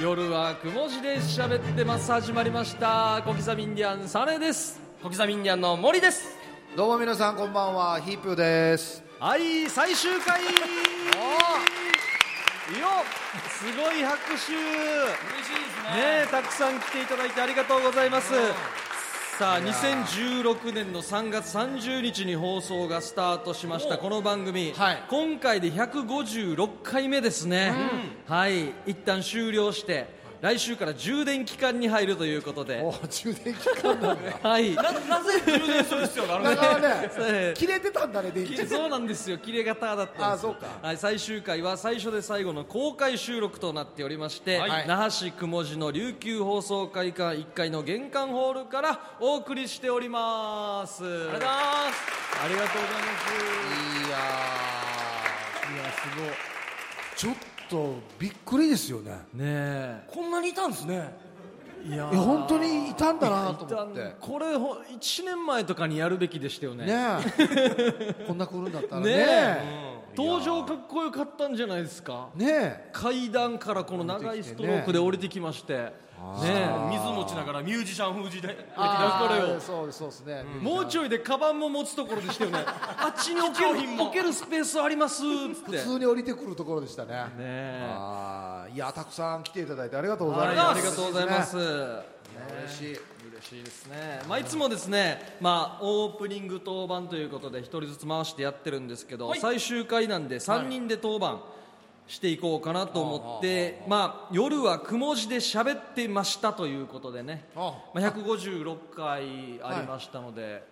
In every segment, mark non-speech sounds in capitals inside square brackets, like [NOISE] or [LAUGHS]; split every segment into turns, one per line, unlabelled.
夜はくも字で喋ってます始まりました小刻みインディアンサネです
小刻みインディアンの森です
どうも皆さんこんばんはヒープーです
はい最終回いいよすごい拍手
嬉しいです
ねえたくさん来ていただいてありがとうございますさあ2016年の3月30日に放送がスタートしましたこの番組、
はい
今回で156回目ですね、はい一旦終了して来週から充電期間に入るということで
お充電期間だね
はい
なぜ充電する必要があるん
だ
です
か
から
[LAUGHS]
ね
ね
切れてたんだね電
[LAUGHS]
池
そうなんですよ切れ方だったんですよ
あそうか
はい、最終回は最初で最後の公開収録となっておりまして、
はい
那覇市くもじの琉球放送会館1階の玄関ホールからお送りしておりますありがとうございますありがとうござい
いやーいやすごいちょっとびっくりですよね
ね
こんなにいたんですね
えいや
いや本当にいたんだなと思ってね
これほ1年前とかにやるべきでしたよね
えこんな来るんだったら
ね
ね
え登場かっこよかったんじゃないですか
ねえ
階段からこの長いストロークで降りてきましてねえ
水持ちながらミュージシャン風じで
あー
ーそうそうですね、
もうちょいでカバンも持つところで [LAUGHS] したよねあっちに置ける置けるスペースありますっつって
普通に降りてくるところでしたね
ねえ
あーいやたくさん来ていただいてありがとうござ
はいい
ます、
ありがとうございます、
嬉しい
嬉しいですね、まあ、いつもですね、まあ、オープニング当番ということで一人ずつ回してやってるんですけど、最終回なんで3人で当番していこうかなと思って、まあ、夜はくも字で喋ってましたということでね、
あ
まあ、156回ありましたので。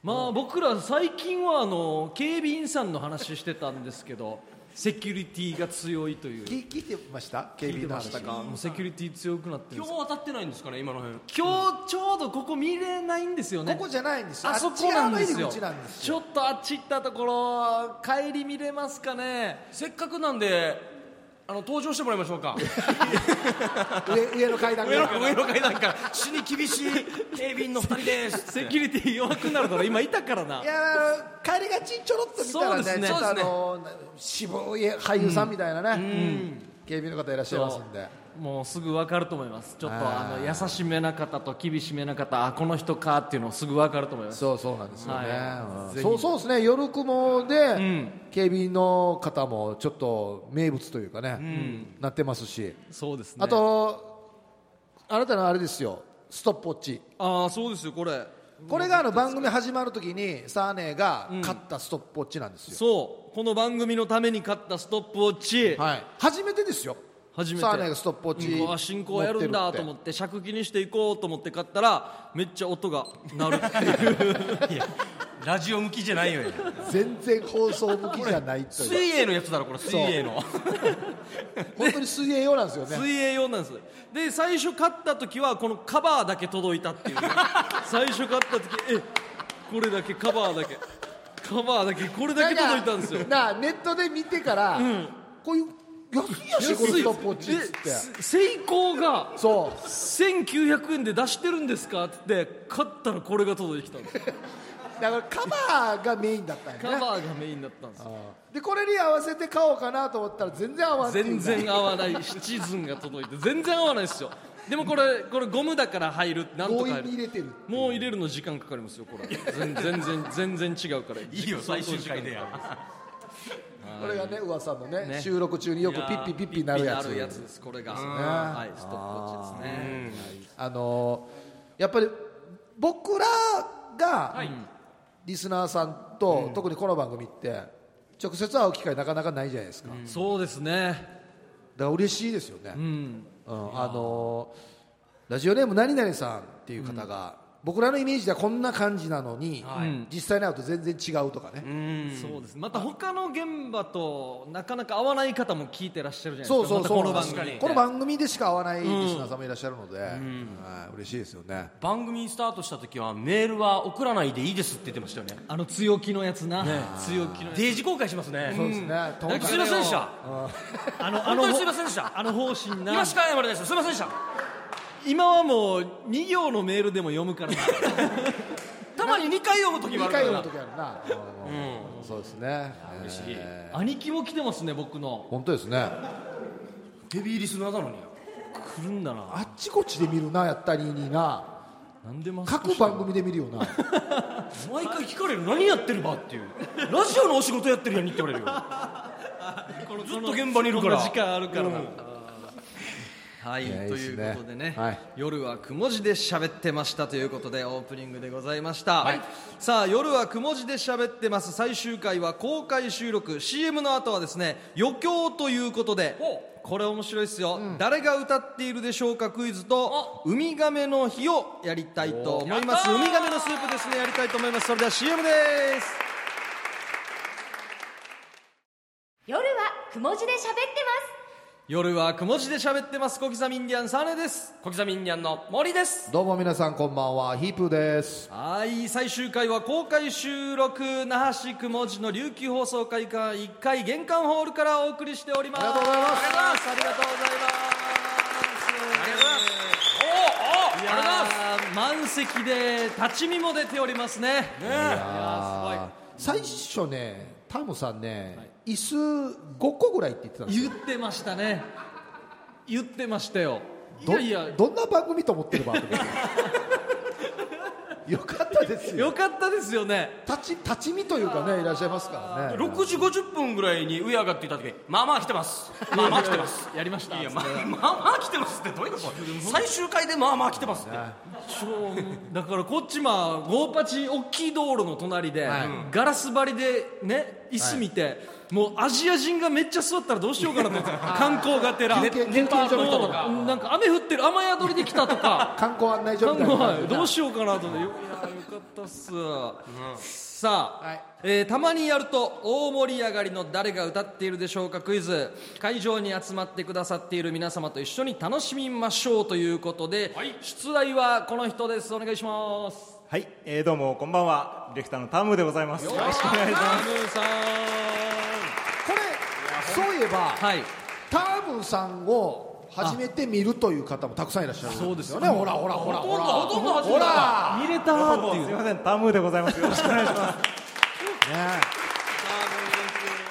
まあ僕ら最近はあの警備員さんの話してたんですけどセキュリティが強いという
聞聞いてました警備員の話
もうセキュリティ強くなってるん
今
です
日当たってないんですかね今の辺
今日ちょうどここ見れないんですよね
ここじゃないんですよ
あそこなんですよ
あっち側の入り口なんです
ちょっとあっち行ったところ帰り見れますかね
せっかくなんであの登場してもらいましょうか
上上の階段
上
が
の上の階段から死に厳しい警備員の二人です
セキュリティ弱くなるだろ今いたからない
やー帰りがちちょろっと見たら
そうです
ね
ね
ちょっと
そ
あ
うですね
の渋い俳優さんみたいなね、警備員の方いらっしゃいますんで
もうすぐ分かると思いますちょっとあの優しめな方と厳しめな方あこの人かっていうのすぐ分かると思います
そうそうなんですよね、
はい
うんそうそうですね夜雲で、警備員の方もちょっと名物というかね、なってますし、
そうですね
あとあなたのあれですよストップウォッチ
ああそうですよこれ
これがあの番組始まるときにサーネーが買ったストップウォッチなんですよ、
そうこの番組のために買ったストップウォッチ、
はい、初めてですよ
初めて
サーネーがストップウォッチ
うんうわ進行やるんだと思
持
っ
って
尺気にしていこうと思って買ったらめっちゃ音が鳴るっていう
[LAUGHS]
ラジオ向きじゃないよ
てるって全然放送向きじゃないと
水
いう
泳のやつだろこれ水泳の
本当に水泳用なんですよね
水泳用なんですで最初買った時はこのカバーだけ届いたっていうね最初買った時えこれだけカバーだけカバーだけこれだけ届いたんですよ
なあネットで見てから、こういう安いやしこのストップウォッチっつって
でせセイコーが
そう
1900円で出してるんですかって買ったらこれが届いてきたんです
だからカバーがメインだったん
カ
やね
バーがメインだったんですよ
でこれに合わせて買おうかなと思ったら全然合わない
全然合わないシチズンが届いて全然合わないですよでもこれこれゴムだから入るなんと
強
か
引
入
に入
る
れてる
もう入れるの時間かかりますよこれ全全然全然違うからい
いいよ最終回でや
これがね噂のね
ね
収録中によくピッピピッピなるやつ
なるやつですこれがはいストップウォッチですね
あのーやっぱり僕らが、リスナーさんと、特にこの番組って直接会う機会なかなかないじゃないですか、だか
そうですね
ら嬉しいですよね、うんあのーラジオネーム何々さんっていう方が、僕らのイメージではこんな感じなのに、実際に会うと全然違うとかね、
そうですまた他の現場となかなか合わない方も聞いてらっしゃるじゃない
そ
で
う
すか
そうそう
またこの番
なんで
組
すこの番組でしか会わないリスナーさんもいらっしゃるので、はい嬉しいですよね
番組スタートした時はメールは送らないでいいですって言ってましたよね
あの強気のやつな強気のやつ
デージ公開しますね
そうですねともかく
すいませんでした
あのあ
本
の
当にすいませんでした
あの方針な
今しか謝れないですすいませんでした
今はもう2行のメールでも読むからな
たまに2回読む時もあ
二
るか
回読
ら
む
な
時あるな、うんそうですね嬉しい、
兄貴も来てますね僕の
本当ですね
ヘビーリスナーなのに
来るんだな
あっちこっちで見るなやったりにな
なんでマスク
各
してんの
番組で見るよ [LAUGHS] な
毎回聞かれる何やってるばっていうラジオのお仕事やってるやんって言われるよずっと現場にいるから
こんな時間あるからな、はい
いや
と
いいっ
い
す
う
ね
ことでね、
はい
夜はくも字で喋ってましたということでオープニングでございました、
はい
さあ夜はくも字で喋ってます最終回は公開収録 CM の後はですね余興ということでこれ面白いですよ、誰が歌っているでしょうかクイズとウミガメの日をやりたいと思います
おーやったー
ウミガメのスープですねやりたいと思いますそれでは CM です
夜はくも字で喋ってます
夜はくも字で喋ってます小刻みインディアンサネです
小刻みにゃんの森です
どうも皆さんこんばんはヒープーです
はい最終回は公開収録那覇市くもじの琉球放送会館1階玄関ホールからお送りしております
ありがとうございます
ありがとうございます
おお
いやー満席で立ち見も出ておりますね
あー最初ねタムさんね、椅子5個ぐらいって言ってたんですよ
言ってましたね言ってましたよい
ど
やいや
どんな番組と思ってる番組 [LAUGHS] よかったですよ
よかったですよね
立ち立ち見というかねいらっしゃいますからね
6時50分ぐらいに上上がっていた時まあまあ来てますまあまあ来てます
やりました
いや [LAUGHS] まあまあまあ来てますってどういうこと最終回でまあまあ来てますって
そうだからこっちまあゴーパチ大きい道路の隣で、
はい
ガラス張りでね椅子見て、もうアジア人がめっちゃ座ったらどうしようかな
[LAUGHS]
と思って観光がてら
休憩休憩所の人と
もうなんか雨降ってる雨宿りで来たと
[LAUGHS]
か
観光案内所
なん
みた
か
いな感じ
は
で
いどうしようかなと思ってよいやよかったっす、さあ、
はい
えーたまにやると大盛り上がりの誰が歌っているでしょうかクイズ会場に集まってくださっている皆様と一緒に楽しみましょうということで、
はい
出題はこの人ですお願いします
はい、えー、どうもこんばんはディレクターのタムでございますよろしくお
タ
願いします
ムさん
これそういえば、
はい
タームさんを初めて見るという方もたくさんいらっしゃるそうですよねほらほらほらほら
ほとんど初めて
ほら
見れたーっ
どう
てい
も
う
すいませんタムでございますよろしくお願いします、
ね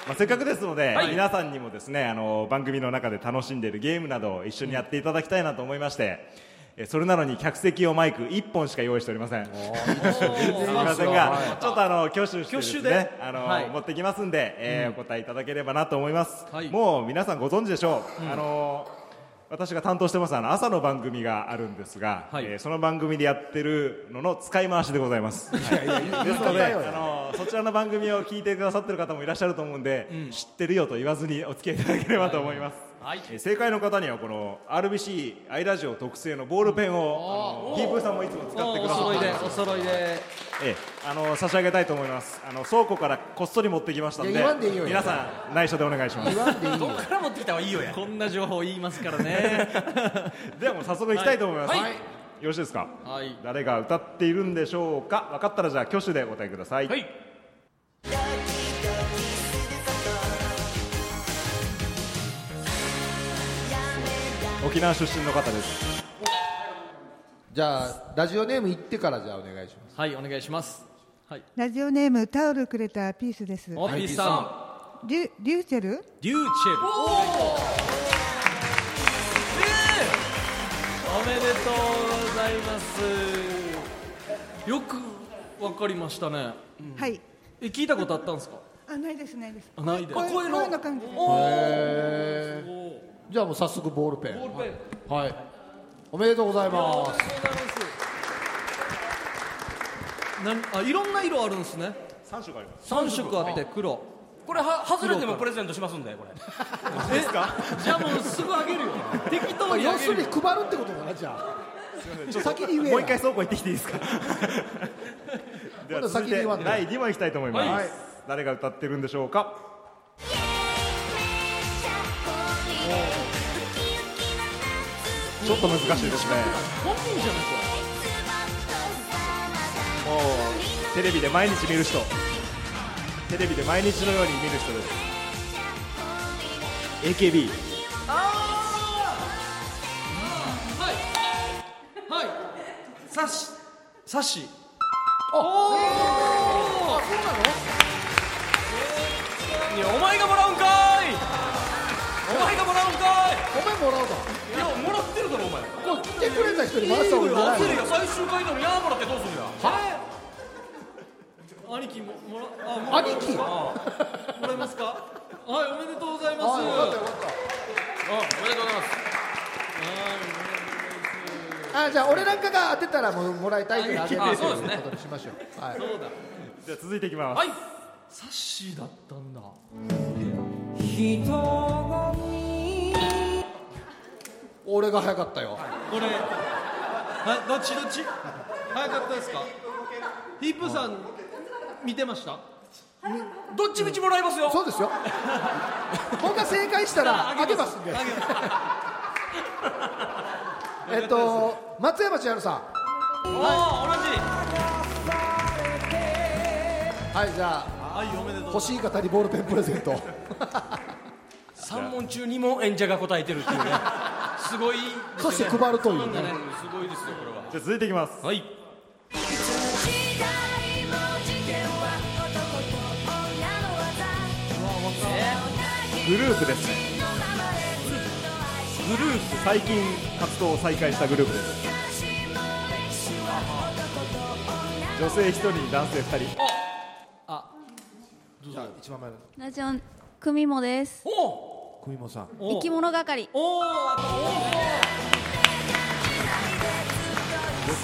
まあ、せっかくですので、
はい
皆さんにもですねあの番組の中で楽しんでいるゲームなどを一緒にやっていただきたいなと思いまして、えーそれなのに客席用マイク1本しか用意しておりませんすみませんが、ちょっとあの挙手してです
挙手で
ね、あの、
はい
持ってきますんで、えーお答えいただければなと思います。
はい
もう皆さんご存知でしょう。あの私が担当してますあの朝の番組があるんですが、
はい
えーその番組でやってるのの使い回しでございます。ですので、
言い方よ
あのそちらの番組を聞いてくださってる方もいらっしゃると思うんで、知ってるよと言わずにお付き合いいただければと思います。
はい
えー正解の方にはこの RBC アイラジオ特製のボールペンを、あのヒープーさんもいつも使ってく
お
ださっ
揃い
て
でお揃いで
ええ、あの差し上げたいと思います。あの倉庫からこっそり持ってきましたん
い
で、
や言わんでいいよ
皆さん内緒でお願いします。
どっから持ってきたはいいよや
こんな情報言いますから
[LAUGHS]
ね
ではもう早速行きたいと思います。
はいはい
よろしいですか。
はい
誰が歌っているんでしょうか。分かったらじゃあ挙手でお答えください。
はい
沖縄出身の方です。
じゃあラジオネーム言ってからじゃあお願いします
はいお願いしますはい
ラジオネームタオルくれたピースです。
オッピーさん
リュリューチェル？
リューチェルおめでとうございますよくわかりましたね
はい。
え聞いたことあったんですか
あないですないです。
あないで
声
声の
声の感じです。
へーじゃあもう早速ボールペンはいおめでとうございます
なんあいろんな色あるんですね
三色あります。
3色あって黒
これは外れてもプレゼントしますんでこれ
ですか。
じゃあもうすぐあげるよ適当に
要
あげ
する
る
に配るってことかなじゃあ先に言えや
もう一回倉庫行ってきてい
[LAUGHS]
いですか。では
今
続いて
度先に言わんと
第二問行きたいと思います。
はい
誰が歌ってるんでしょうか。ちょっと難しいですね。
本人じゃない
もうテレビで毎日見る人テレビで毎日のように見る人です AKB
ですかはいサシサシ
いやお前がもらうんかいお前がもらうんか
ごめんもらうぞ
いいやもらっ
ない人に回した方がいいんじゃない
焦るよ最終回なのにヤーもらってどうするや
兄貴ももらあも
の兄貴よか
もらえますかはいおめでとうございます
ったよかった
おめでとうございます
あじゃあ俺なんかが当てたらもうもらいたいってあげる
あ
と
そうですね
いうことにしましょう、はい、
じゃあ続いていきます、
はい
サッシーだったんだ
俺が早かったよ、
これはどっちどっち早かったですかヒップさん見てました
どっちみちもらいますよ
そうですよ僕が正解したらあげますんでえっと松山千春さん
あ
はいじゃあ
あ同じはいおめでとう
欲しい方にボールペンプレゼント
3問中2問演者が答えてるっていうねすごいです
そ
よ
して
ね
配るという
す
ね
ごいですよこれは
じゃあ続いていきます
はい
グループですねグループ最近活動を再開したグループです女性1人男性2人
じゃあ一番前の
ラジオ久美もです
お
久美もさん
生き物係
おー
よ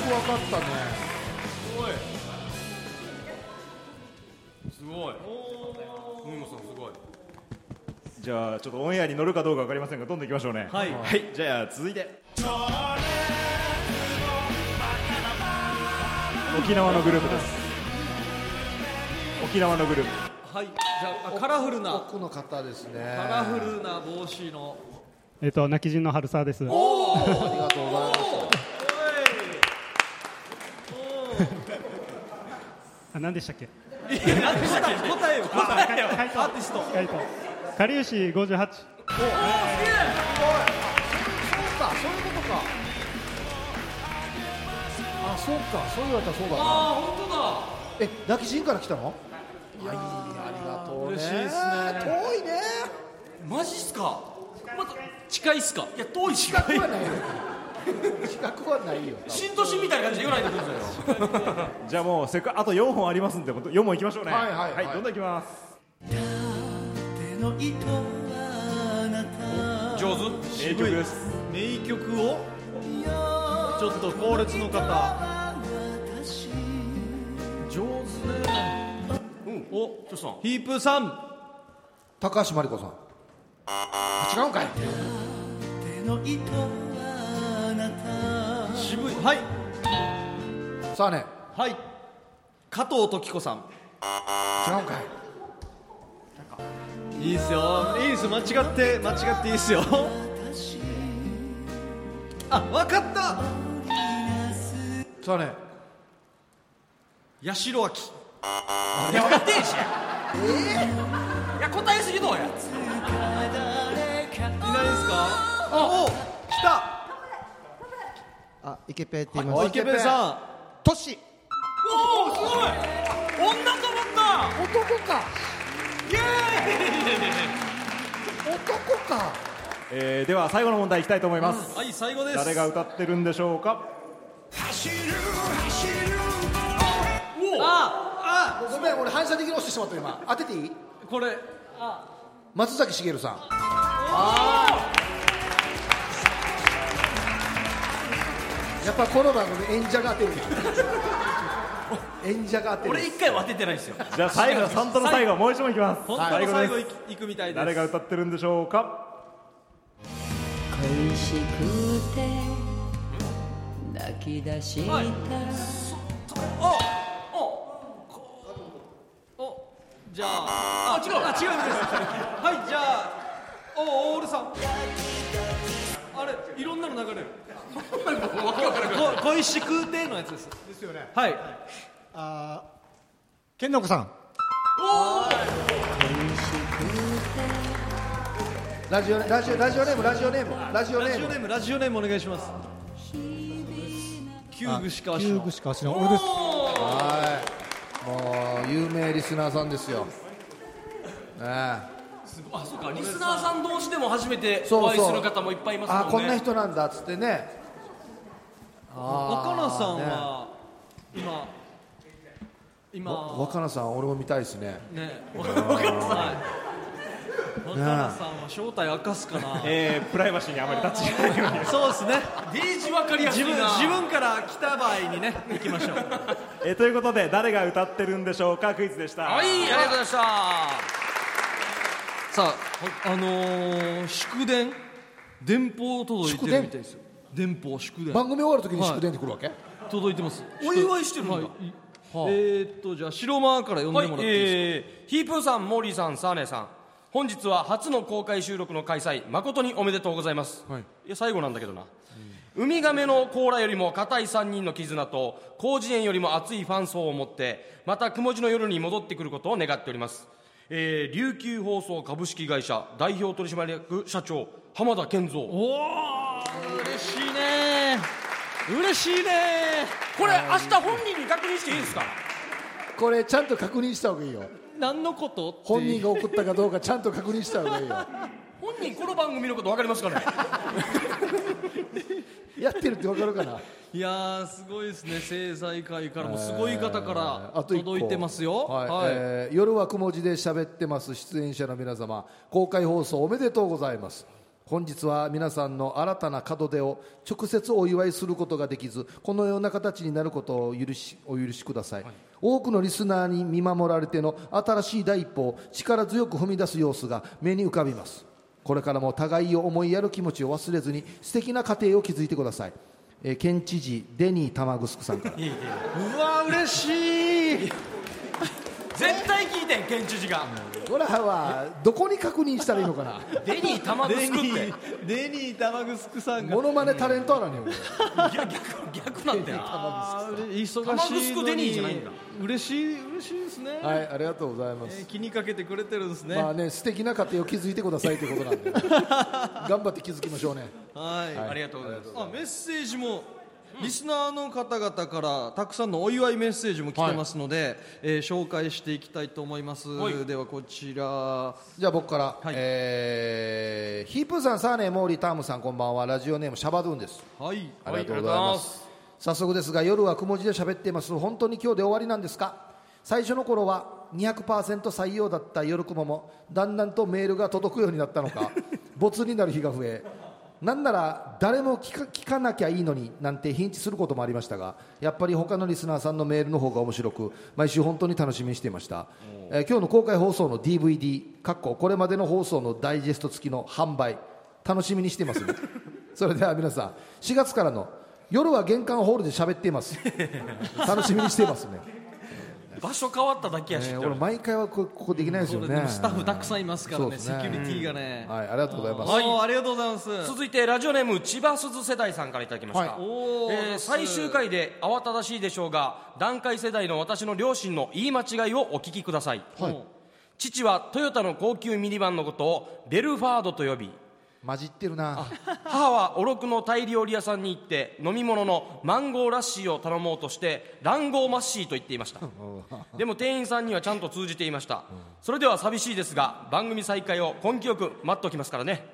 くわかったね
すごい海野さんすごい
じゃあちょっとオンエアに乗るかどうか分かりませんがどんどんいきましょうね
はい
はい、じゃあ続いて沖縄のグループです沖縄のグループ
はいじゃああカラフルな
奥の方ですね
カラフルな帽子の
えっと、泣き人の春沢です。
ありがとうございます
[LAUGHS] あ、何でしたっけ。
答えよ答えよアーティスト
えっと、かりゆし五十八。
あそういうことかあそうかそう言われたらそうだな
あ本当だ
え泣き人から来たのいやーありがとうね
嬉しいです
遠いね
マジっすかまた近いっすかいや遠いし
近くはないよ近くはないよ
新都心みたいな感じで言わないでくださいよ
じゃあもうせっかあと4本ありますんで4本いきましょうね
はいはいはい
どんどんいきます
上手
名曲です
名曲をちょっと後列の方上手ね
おちょさん
ヒープさん
高橋真理子さんあ違うんかい
渋いはい
さあね
はい加藤時子さん
違うんかい
いいですよいいです間違って間違っていいですよあわかった
さあね
八代亜紀
いや分かってんしいや答えすぎどうや
いないですかあお来た
あ、イケペって言い
お
ま
イ
す。
ケペンさ
トシ。
おおすごい女と思った
男か
イエ
男か
えーでは最後の問題いきたいと思います、
んはい最後です
誰が歌ってるんでしょうか
ーイお
あ
ごめん俺反射的に押してしまった今当てていい
あこれ
松崎しげるさんやっぱこの番組演者が当てる演者が当てる
俺一回は当ててないですよ
じゃあ最後サンタの最後もう一問いきます
本当の
最
最
後
後
で
い
す
くいくみたいです
誰が歌ってるんでしょうか
恋しくて泣き出したら
おじゃああ違うあ違うんですはいじゃあおオールさんあれいろんなの流れるこ恋しくてのやつですですよねはい
健の子さん。
ラジオラジオラジオネームラジオネームラジオネ
ラ
ー
ジオ
ム
ネームラジオネームお願いしますキューグシカワシ
キュー
の
グしか知らん。俺です。
はいもう有名リスナーさんですよね
あそうかリスナーさん同士でも初めて
え
お会いする方もいっぱいいますもんね
あこんな人なんだっつってね
若菜さんは今今
若菜さん俺も見たいですね
ね若菜さん若菜さんは正体明かすかな
えー、プライバシーにあまり立ち入らないように
そうですね
デージ分かりやすい
自
な
分自分から来た場合にね行きましょう
[LAUGHS] えーということで誰が歌ってるんでしょうかクイズでした
はいありがとうございました
さああのー祝電電報届いてるみたいですよ電報祝電
番組終わるときに祝電ってくるわけ、
届いてます
お祝いしてるんだ
はいえーっとじゃあ白マーから呼んでも
は
ら
い
っ、ていいですか、
えー、ヒープーさん、モーリーさん、サーネさん、本日は初の公開収録の開催、誠におめでとうございます。い、や、最後なんだけどな。ウミガメの甲羅よりも固い3人の絆と、広辞苑よりも熱いファン層を持って、また雲地の夜に戻ってくることを願っております。えー、琉球放送株式会社代表取締役社長、浜田健三。
おお嬉しいね嬉しいね
これ、明日本人に確認していいですか
これちゃんと確認した方がいいよ
何のことって
本人が送ったかどうかちゃんと確認した方がいいよ
本人、この番組のこと分かりますかね
やってるってわかるかない
やーすごいですね政財界からもすごい方から
あと一個
届いてますよ
はい
はい
えー夜はくも字で喋ってます出演者の皆様公開放送おめでとうございます本日は皆さんの新たな門出を直接お祝いすることができずこのような形になることを許しお許しください、多くのリスナーに見守られての新しい第一歩を力強く踏み出す様子が目に浮かびますこれからも互いを思いやる気持ちを忘れずに素敵な家庭を築いてください、えー県知事デニー玉城さんから
うわ嬉しい
絶対聞いてん、県知事が。
ほらはどこに確認したらいいのかな [LAUGHS]
デニー玉
デ
城っ
ニ
て
ー。デニー玉城さんが
モノマネタレントあらねん俺
いや逆逆なんだよ
あーうれ忙
玉
しい
城
の
デニー
に
じゃないんだ
嬉しい嬉しいですね、
はいありがとうございま
えー
す、
気にかけてくれてるんですね、
まあね素敵な家庭を築いてくださいということ [LAUGHS] なんで頑張って築きましょうね
はい、
ありがとうございます
あメッセージも、リスナーの方々からたくさんのお祝いメッセージも来てますので、えー紹介していきたいと思います、
い
ではこちら
じゃあ僕から、
はい
えーヒープーさんサーネーモーリータームさんこんばんはラジオネームシャバドゥンです
はい
ありがとうございます。早速ですが、夜はくも字で喋っています。本当に今日で終わりなんですか最初の頃は200%採用だった夜雲も、だんだんとメールが届くようになったのか、没になる日が増え、なんなら誰も聞か聞かなきゃいいのになんてヒンチすることもありましたが、やっぱり他のリスナーさんのメールの方が面白く、毎週本当に楽しみにしていました。えー今日の公開放送の DVD、かっここれまでの放送のダイジェスト付きの販売、楽しみにしていますねそれでは皆さん4月からの夜は玄関ホールで喋っています楽しみにしています
[LAUGHS]
ね
場所変わっただけやし、
えー俺毎回はこここできないですよ
これで
ね
もスタッフたくさんいますから
そう
ね
です
セ
ね
キュリティがね、
はいありがとうございます、
はいおーありがとうございます
続いてラジオネーム千葉すず世代さんからいただきました、
はい
おー
えー最終回で慌ただしいでしょうが団塊世代の私の両親の言い間違いをお聞きください、
はい
父はトヨタの高級ミニバンのことをベルファードと呼び
混じってるな
母はおろくのタイ料理屋さんに行って飲み物のマンゴーラッシーを頼もうとして卵黄マッシーと言っていましたでも店員さんにはちゃんと通じていましたそれでは寂しいですが番組再開を根気よく待っておきますからね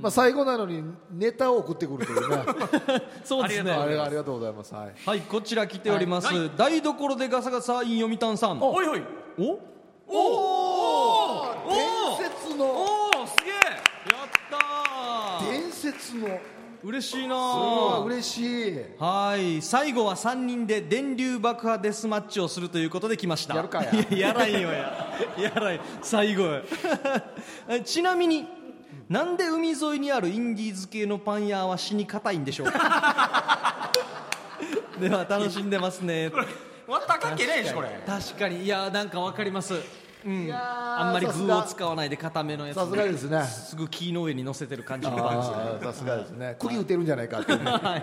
まあ最後なのにネタを送ってくるとい
[LAUGHS]
うね
そうですね
あれありがとうございますはい
はいこちら来ております、台所でガサガサイン読谷さん
おいおい
おお
おお
伝説の
おおすげえ
やったー
伝説の
嬉しいな
あ
ー
ー嬉しい
はい最後は3人で電流爆破デスマッチをするということで来ました
やるかや
い [LAUGHS] ややらんよややらん最後 [LAUGHS] やえちなみになんで海沿いにあるインディーズ系のパン屋は死に硬いんでしょうか
[LAUGHS]
では楽しんでますね
また関係ないでしょこれ
確かにいやなんかわかりますうんあんまり具を使わないで固めのやつ
さすがですね
すぐ木の上に乗せてる感じのパンですね
あーさすがですね釘打てるんじゃないかっていうね
はい、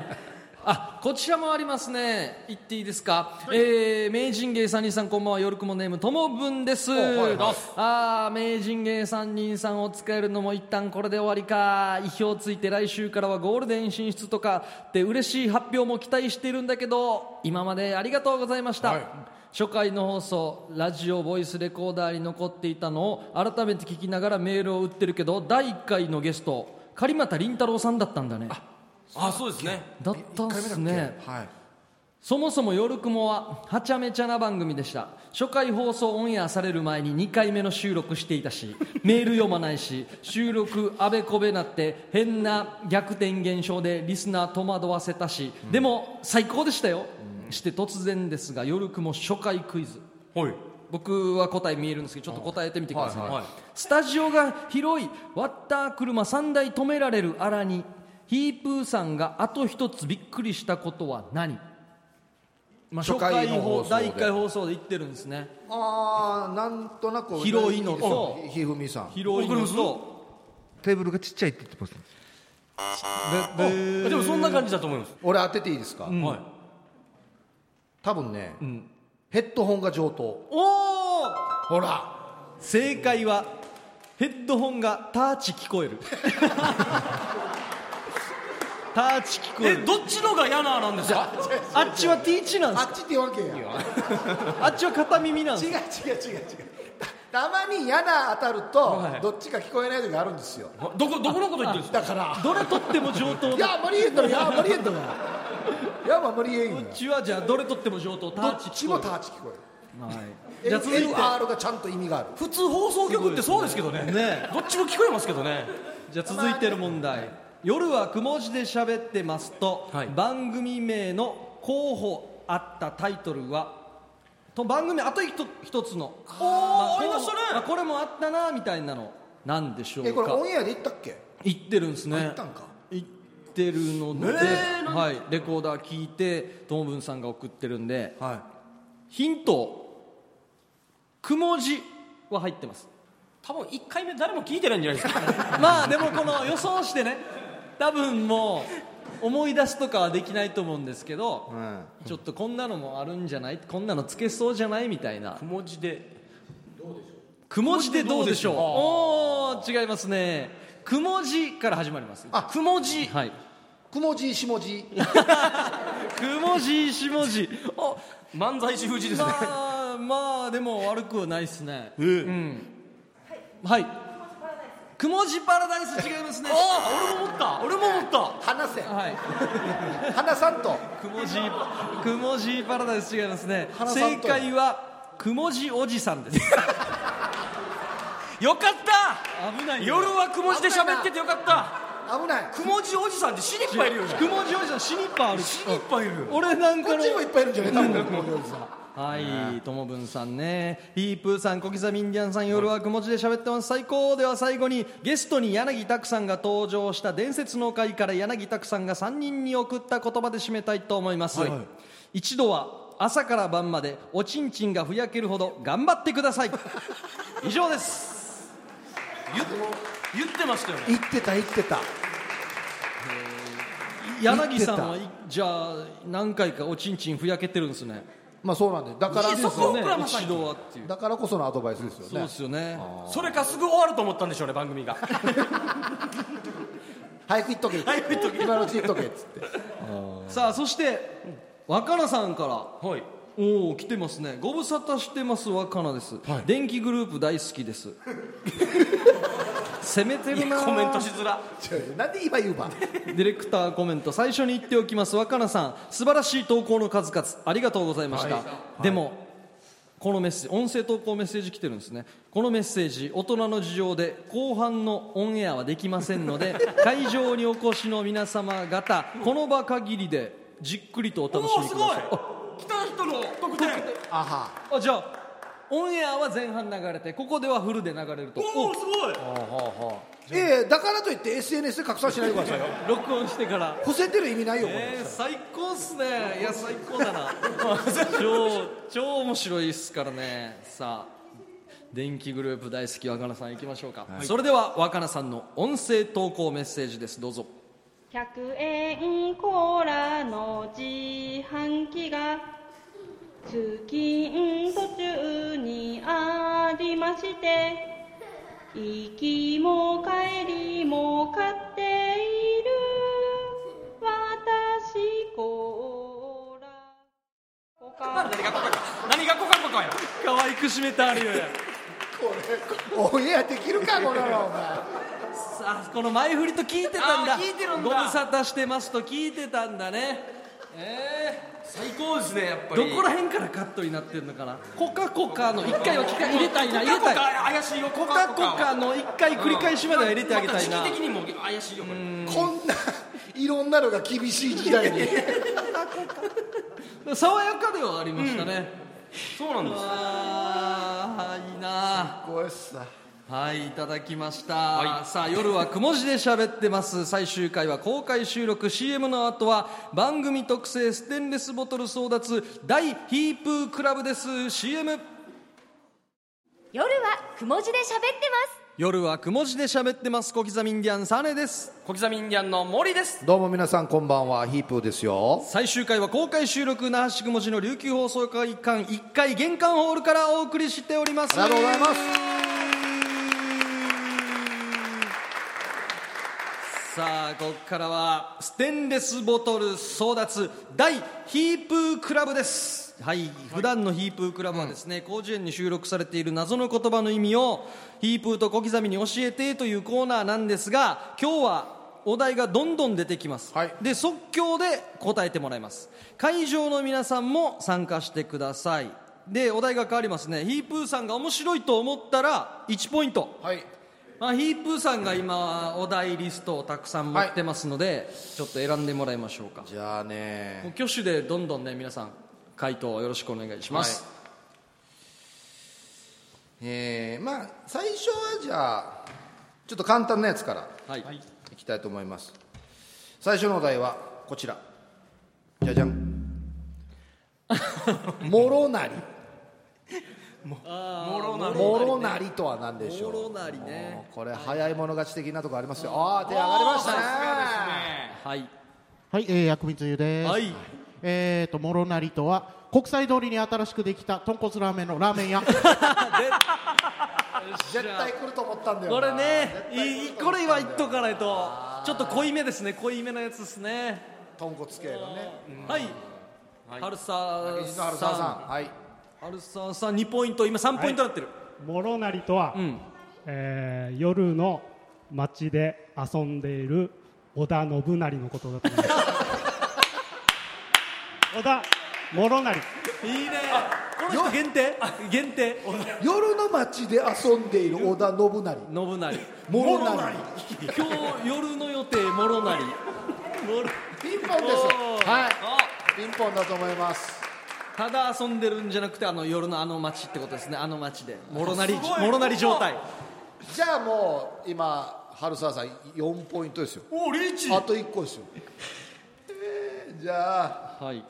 あこちらもありますね、言っていいですか、えー名人芸三人さん、こんばんは、夜雲ネーム、ともぶんです、
はいはい
あー名人芸三人さんを使えるのも一旦これで終わりか、意表ついて来週からはゴールデン進出とかで嬉しい発表も期待しているんだけど、今までありがとうございました。初回の放送ラジオボイスレコーダーに残っていたのを改めて聞きながらメールを打ってるけど第1回のゲスト狩俣倫太郎さんだったんだね
あそうですね
だったんです
一回目
ね
はい
そもそも夜雲ははちゃめちゃな番組でした初回放送オンエアされる前に2回目の収録していたしメール読まないし収録あべこべなって変な逆転現象でリスナー戸惑わせたし、でも最高でしたよ、して突然ですが夜雲初回クイズ
はい
僕は答え見えるんですけどちょっと答えてみてください、
はいはい
スタジオが広い割った車3台止められるあらにヒープーさんがあと一つびっくりしたことは何、まあ、初
初
回
回の放
放送
送で
第1回放送で言ってるんですね
ああなんとなく
広いのと
ひひふみさん
広いのと
テーブルがちっちゃいって言ってます
でで
でもそんな感じだと思います
俺当てていいですか、
はい
多分ね、ヘッドホンが上等
おお
ほら
正解はヘッドホンがターチ聞こえ
[LAUGHS]
るターチ聞こえ
え
る
どっちのが嫌ななんですか
あっちはティーチなんです
あっちってわけや違う違う
あっちは片耳なんです
違う違うたたまに嫌な当たると、
はい
どっちか聞こえない時があるんですよ
どこどこのこと言ってるんですか
だから
どれ取っても上等
いや
だ
あまりえんだろいやあまりえんだろいやあまりえんよ
うちはじゃあどれ取っても上等タ
ど
ー
っ
チ
ち
聞こ
も
える
ターチ聞こえる
じゃあ続いて
LR がちゃんと意味がある
普通放送局ってそうですけどね
ね
どっちも聞こえますけどね
じゃあ続いての問題夜はくも字で喋ってますと、
はい
番組名の候補あったタイトルはと番組あと一つ一つのお
ありましたね
これもあったなみたいなのなんでしょ
え
う
これオ
か
ンエアで言ったっけ
言ってるんですね
言ったんか
言ってるので、はい、レコーダー聞いてトモブンさんが送ってるんで
はい
ヒントくも字は入ってます
多分1回目誰も聞いてないんじゃないです
[LAUGHS]
か
まあでもこの予想してね多分もう思い出すとかはできないと思うんですけど、ちょっとこんなのもあるんじゃないこんなのつけそうじゃないみたいな
小文字で
くも字でどうでしょう
く
おおー違いますねくも字から始まります
くも字
はい
くもじしもじ
くも字しも字お
漫才師富士ですね、
まあまあでも悪くはないですねうんはいくも字パラダイス違いますね
ああ俺も思った俺も思った
話せ
はい
話さんと
くもじくもじパラダイス違いますね
原さ
正
んと
解はくもじおじさんです
よかった
危ない
夜はくも字で喋っててよかった
危ない
くもじおじさんって死にいっぱいいるよね
くもじおじさん死にいっぱいある
死にいっぱいいるよ
俺なん
こ
か
っ
の
ちもいっぱいいるんじゃない多分くもじおじさん
はいともぶんさんねヒープーさん小刻みインディアンさん夜はくも字で喋ってます最高では最後にゲストに柳拓さんが登場した伝説の回から柳拓さんが3人に送った言葉で締めたいと思います、一度は朝から晩までおちんちんがふやけるほど頑張ってくだ
[LAUGHS]
さい以上です
言ってましたよね
言ってた言ってた
柳さんはいじゃあ何回かおちんちんふやけてるんですね
まあそうなんでだから
そこを膨らまさ
一
ない
度はっていう
だからこそのアドバイスですよ
そう
ね
ですよね
それかすぐ終わると思ったんでしょうね番 [LAUGHS] 組が
早く言っとけ早く言っとけ今のうち言っとけっつ [LAUGHS] って
さあそして若菜さんから
はい
おお来てますねご無沙汰してます若菜です、電気グループ大好きです
[LAUGHS]
攻めてるなー
コメントしづら
違うよなんで今言うば
ディレクターコメント最初に言っておきます若菜さん素晴らしい投稿の数々ありがとうございました、でも、このメッセージ音声投稿メッセージ来てるんですねこのメッセージ大人の事情で後半のオンエアはできませんの
[LAUGHS]
で会場にお越しの皆様方この場限りでじっくりとお楽しみください
おーす来た人の特典
あは
ああじゃあオンエアは前半流れてここではフルで流れると
おおすごい
ええだからといって SNS で拡散しないでください [LAUGHS] よ
お録音してから
伏せてる意味ないよこれ
えー、最高っすねいや最高だな超超面白いっすからねさあ電気グループ大好き若菜さん行きましょうか、それでは若菜さんの音声投稿メッセージですどうぞ
100円コーラの自販機が通勤途中にありまして行きも帰りも買っている私コーラコカ・
何がコカコカや
可愛く締めたあるよ
オンエアできるかこののお前
さあこの前振りと聞いてたんだ
あー聞いてるんだ
ご無沙汰してますと聞いてたんだねええ
最高ですねやっぱ
ど
り
こら辺からカットになってるのかなコカコカの一回は機会入れたいな入れたい
怪しいよ
コカコカの一回繰り返しまでは入れてあげたいな
また時期的にも怪しいよこれ
こんないろんなのが厳しい時代 [LAUGHS] に
爽やかではありましたね、
そうなんです
あーいいな
これさ
はいいただきました、さあ夜はくも字で喋ってます最終回は公開収録 CM の後は番組特製ステンレスボトル争奪大ヒープークラブです CM
夜はくも字で喋ってます
夜はくも字で喋ってます小刻みインディアンサネです
小刻みインディアンの森です
どうも皆さんこんばんはヒープーですよ
最終回は公開収録那覇市くも字の琉球放送会館1階玄関ホールからお送りしております
ありがとうございます
さあここからはステンレスボトル争奪大ヒープークラブですはい普段のヒープークラブはですね、広辞苑に収録されている謎の言葉の意味をヒープーと小刻みに教えてというコーナーなんですが今日はお題がどんどん出てきます、
はい
で即興で答えてもらいます会場の皆さんも参加してくださいでお題が変わりますねヒープーさんが面白いと思ったら1ポイント
はい
まあ、ヒープーさんが今お題リストをたくさん持ってますので、ちょっと選んでもらいましょうか
じゃあね
もう挙手でどんどんね皆さん回答をよろしくお願いします、
えー、まあ最初はじゃあちょっと簡単なやつから
はい
いきたいと思います最初のお題はこちらじゃじゃん
[LAUGHS]
もろなり
もろなる
もろなりとは何でしょ
モ
う
ロなりね
これ早い者勝ち的なとこありますよああ手上がりましたね
はい
はい、えー、薬味つゆです。
はい
えーと、もろなりとは、国際通りに新しくできた豚骨ラーメンのラーメン屋。
絶対来ると思ったんだよな
これねいいこれは言っとかないとちょっと濃いめですね濃いめのやつですね、
豚骨系のね
はい春沢
西
さん
野春沢さんはい
春沢さん2ポイント今3ポイントになってる、
もろなりとは、えー夜の街で遊んでいる織田信成のことだと思います織田もろなり
い、いねこの人限定限定
夜の街で遊んでいる織田信成
信成
もろなり
今日夜の予定もろなりもろ
ピンポンですはいピンポンだと思います
ただ遊んでるんじゃなくてあの夜のあの街ってことですねあの街でもろなりもろなり状態
じゃあもう今春沢さん4ポイントですよ
おリーチ
あと1個ですよ、えーじゃあ
はい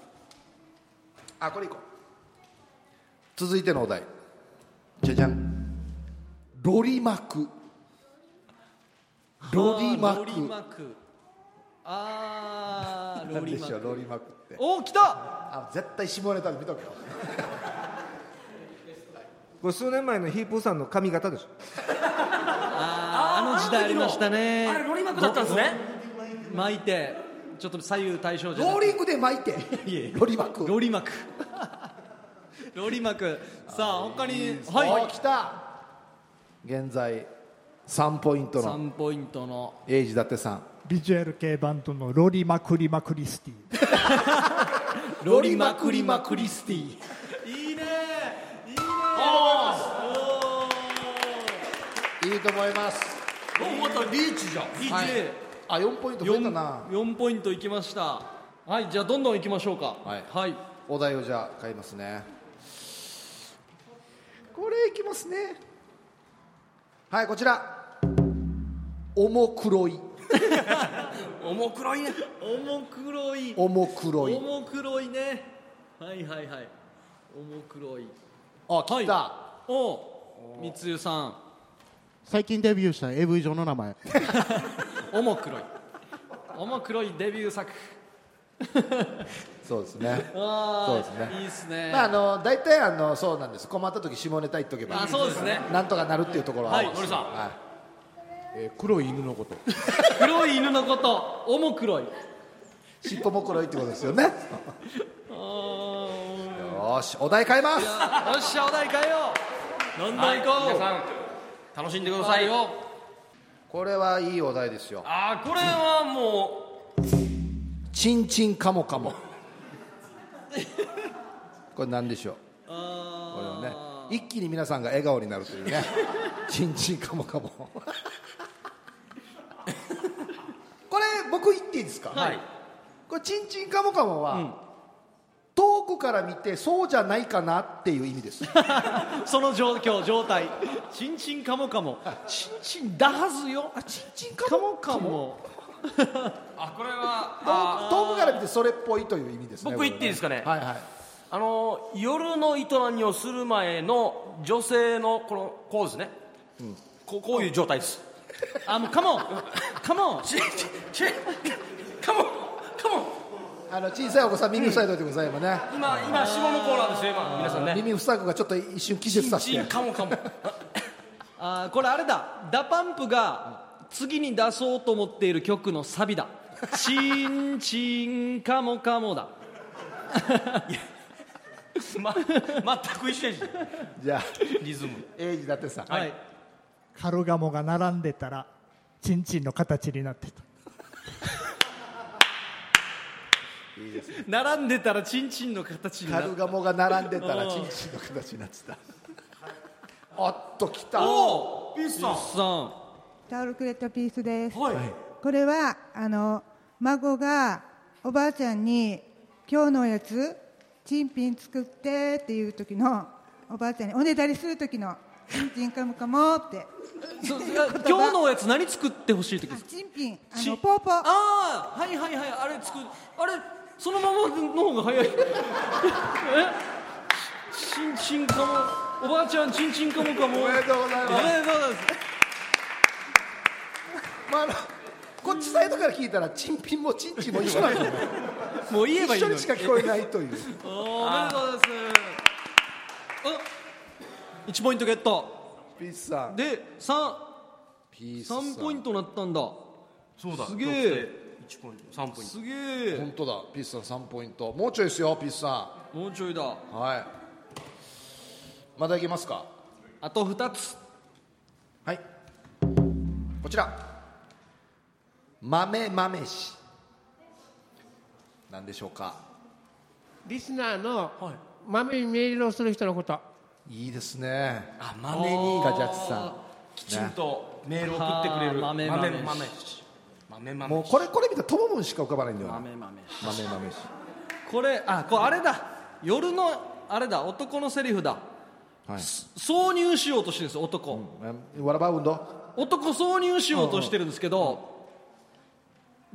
あこれいこう続いてのお題じゃじゃんロリマクロリマ
ロリ
ク
マクあーロ
何
リ
で
マ
しょ
ク
うロリマクって
お来た
あ絶対下ネタで見とけよ
これ数年前のヒープーさんの髪型でしょ
あーあの時代ありましたね
あれロリマクだったんですね
巻いてちょっと左右対称じゃなく
ロー
て
リングで巻いてロリマク
ロリマクロリマクさあ他に
は
はい
来た現在3ポイントの
3ポイントの
エイジ伊達さん
ビジュアル系バンドのロリマクリマクリスティ
ロリマクリマクリ
スティ
いいねいいね
いいと思います
おまたリーチじゃんリーチ、
はい
あ4ポイント増えたな
4, 4ポイントいきましたはいじゃあどんどんいきましょうか
はい
はい、
お題をじゃあ買いますねこれいきますねはいこちらおもくろい
おもくろいね
おもくろい
おもくろい
おもくろいねはいはいはいおもくろい
あ来た、
お三つゆさん
最近デビューした AV 上の名前。
おもくろいおもくろいデビュー作
そう [LAUGHS] ですね
あ
そう
ー
ですね
いいっすね、
まああの大体あのそうなんです困った時下ネタ言っとけば
あそうですね
なんとかなるっていうところはあります
はい森さん
はいえー黒い犬のこと
黒い犬のことおもくろい
尻尾も黒いってことですよ [LAUGHS] ねよ
あー
ーしお題変えます
よっしゃお題変えようどんどん行こう、
皆さん楽しんでくださいよ
これはいいお題ですよ
あこれはも
チンチンカモカモこれ何でしょうこれはね一気に皆さんが笑顔になるというねチンチンカモカモこれ僕言っていいですか
はい
これチンチンカモカモは、遠くから見てそうじゃないかなっていう意味です
その状況状態チンチンカモカモチンチンだはずよ
チンチン
カモカモ
遠遠くから見てそれっぽいという意味ですね
僕言っていいですかね
はいはい
あの夜の営みをする前の女性のこのこうですね、ここういう状態です
あもうカモンカモン
カモンカモン
あの小さいお子さん耳塞いでおいてください今ね、
今今下のコーナーですよ今皆さんね
耳塞ぐがちょっと一瞬気絶させ
チン
て
チンカモカモあーこれあれだダパンプが次に出そうと思っている曲のサビだチンチンカモカモだ
ま、全く一緒やし
じゃあ
リズム
エイジだってさん
はい
カルガモが並んでたらチンチンの形になってた
並んでたらチンチンの形にな
カ
る
ルガモが並んでたら
うん
チンチンの形になってたおっときた
おピース
さんピースさん
タオルくれたピースです、
はい
これはあの孫がおばあちゃんに「今日のおやつチンピン作って」っていう時のおばあちゃんにおねだりする時の「チンチンかもかも」って
そそ今日のおやつ何作ってほしい時ですか
チンピンあ
チン
のポーポー
ああはいはいはいあれ作るあれそのままの方が早いえチンチンカモおばあちゃんチンチンカモかもおめで
とうござい
おめでとう
ます
ございます
まああのこっちサイドから聞いたらチンピンもチンチンも一緒なんですよ
もう [LAUGHS] 言えばいい
一緒
の
にしか聞こえないという
おーおめでとうございます1ポイントゲット
ピースさん
で3
ピースさん
3ポイントなったんだ
そうだ
すげえ
1ポイント3ポイント
すげえ
本当だピースさん3ポイントもうちょいですよピースさ
もうちょいだ
んはいまだいけますか
あと2つ
はいこちら豆豆しなんでしょうか
リスナーの豆にメールをする人のこと
いいですね
あ
豆にガジャツさん
きちんとメールを送ってくれる
はあ豆
豆
豆
豆豆豆
もうこれこれ見たらトモブンしか浮かばないんだよな豆
豆
豆豆し
これあこれあれだ夜のあれだ男のセリフだ
はい
挿入しようとしてるんですよ男、
わらば運動
男挿入しようとしてるんですけど、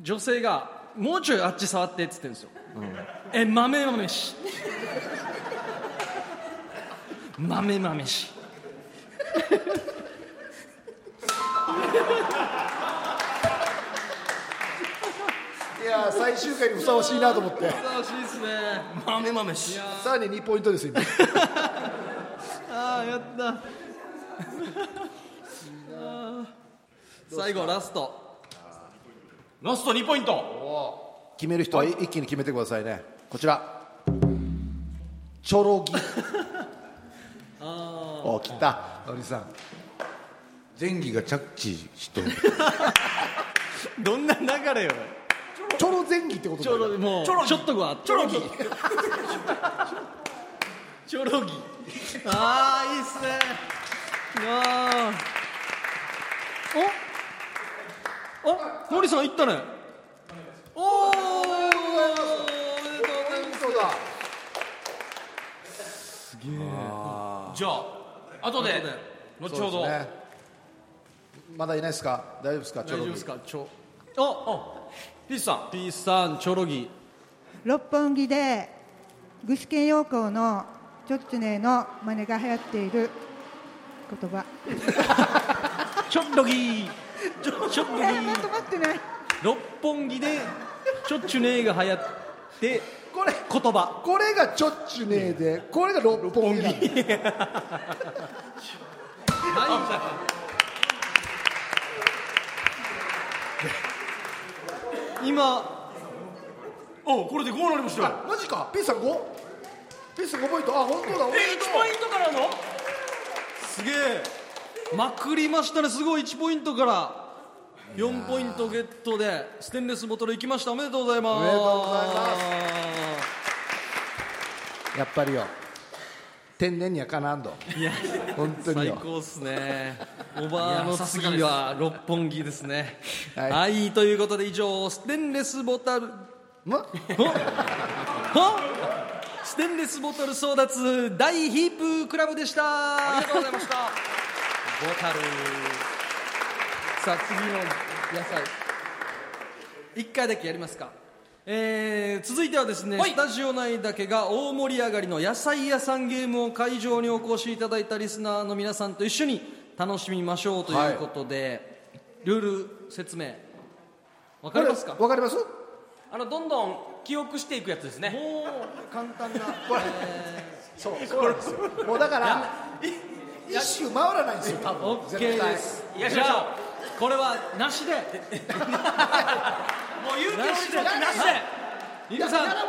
女性が「もうちょいあっち触って」っつってるんですよ「え豆豆し」「豆豆し」
いやー最終回にふさわしいなと思 [LAUGHS] って
楽しいですね
豆豆し
さらに2ポイントです今
ああやった [LAUGHS] あー最後ラスト
ラスト2ポイント
決める人は一気に決めてくださいねこちらチ
[LAUGHS]
ョロギおきたおりさん
前儀が着地しとる
どんな流れよ
[LAUGHS] チョロ前儀ってこと
ちょろもう
ちょろぎ
ちょっとがちょろぎちょろぎああいいっすねああおあ森さん行ったねおお
そうだ
じゃあ後で後ほ
そう
ど
ですねまだいないですか大丈夫ですか
大
チョロ
丈
ギ
夫ですかちょおおピースさんピースさんちょろぎ
六本木で具志堅用高のちょっちねの真似が流行っている言葉
ちょっろぎちょちょっろぎ
えまとまってない
六本木でちょっちゅねーが流行って
これ
言葉
これがちょっちゅねえでこれが六本木なんだ
今
おこれで5になりましたよ
あ [LAUGHS] マジかピースさん 5? ピースさん5ポイントあ本当だおめで
え1ポイントからの
すげえまくりましたねすごい1ポイントから4ポイントゲットでステンレスボトルいきましたおめでとうございます
おめでとうございまやっぱりよ天然にはかなんど
いや
本当に
最
よ
高っす
[LAUGHS]
ねおばあ
いや
の
さすがです
次は六本木ですねは、
はいい
ということで以上ステンレスボタル [LAUGHS]
ま
ステンレスボトル争奪大ヒープークラブでしたありがとうございましたボタルさあ次の野菜一回だけやりますかえー続いてはですね、スタジオ内だけが大盛り上がりの野菜屋さんゲームを会場にお越しいただいたリスナーの皆さんと一緒に楽しみましょうということで、ルール説明わかりますか
わかります
あのどんどん記憶していくやつですね
もう簡単な
そうそうなんですよもうだから一周回らないんですよ多分
オッケ
絶
ー
対
です
いや
じゃあこれはな
[LAUGHS]
しでもうなしで
勇気折りちゃってなしで
皆さん
やらん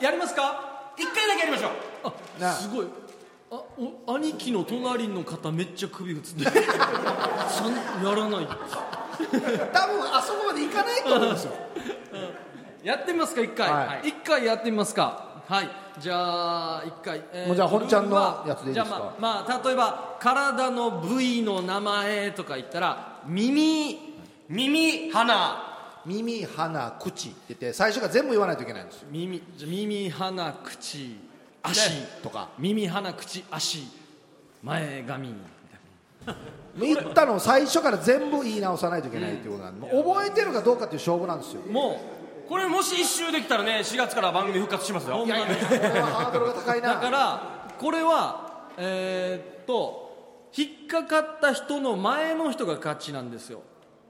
やりますか
一回だけやりましょう
あすごいあお兄貴の隣の方めっちゃ首振
[LAUGHS]
ってるそんやらない
多分あそこまで行かないと思うんですよ
やってみますか一回一、
は
回やってみますかはいじゃあ一回、え
もうじゃあ
ルール
本ちゃんの
は
やつでいいですか
じゃあまあ、まあ、例えば体の部位の名前とか言ったら耳
耳鼻
耳鼻口って言って最初から全部言わないといけないんですよ
耳じゃあ耳鼻口足
とか
耳鼻口足前髪
言ったのを最初から全部言い直さないといけないっていうことなんで、もう覚えてるかどうかっていう勝負なんですよ
も
これもし一周できたらね4月から番組復活しますよ
だからこれはえーっと引っかかった人の前の人が勝ちなんですよ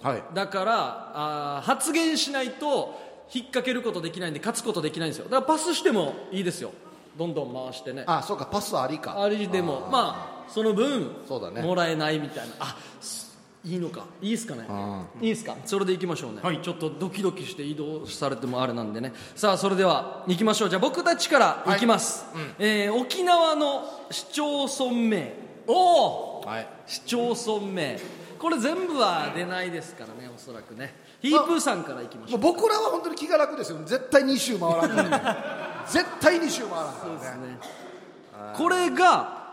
はい
だからあー発言しないと引っ掛けることできないんで勝つことできないんですよだからパスしてもいいですよどんどん回してね
あそうかパスありか
あれでも
あ
まあその分
そうだね
もらえないみたいなあすいいのかいいですかねいいですかそれでいきましょうね、ちょっとドキドキして移動されてもあれなんでねさあそれでは行きましょうじゃあ僕たちから行きます、えー沖縄の市町村名おお、市町村名これ全部は出ないですからねおそらくねヒープーさんから行きまし
も
ょ
う
う
僕らは本当に気が楽ですよ絶対2周回らない絶対2周回らないからね
これが、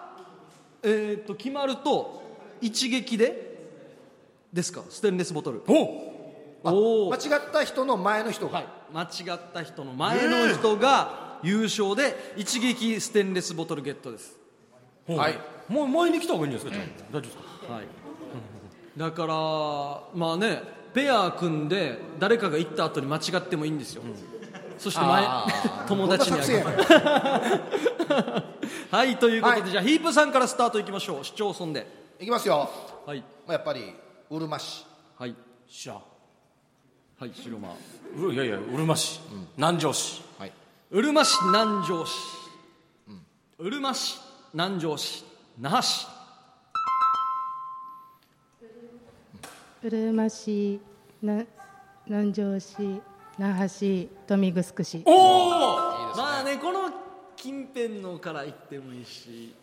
えー、と決まると一撃でですかステンレスボトルおお
間違った人の前の人が、
間違った人の前の人が優勝で一撃ステンレスボトルゲットです
はいもう前に来た方がいいんじゃないですか、大丈夫です
かはい [LAUGHS] だからまあねペア組んで誰かが行った後に間違ってもいいんですよ、そして前
あ
[LAUGHS]
ー
友達にあげ
どん
る [LAUGHS] はいということで、じゃあヒープさんからスタートいきましょう市町村で
いきますよ、
はい、
やっぱりうるま市
はいしゃはい白間
ういやいやうるま市、南城市、
はい、
うるま市南城市、うるま市南城市那覇市
うるま市、な南城市、那覇市、豊見城市。
まあねこの近辺のから行ってもいいし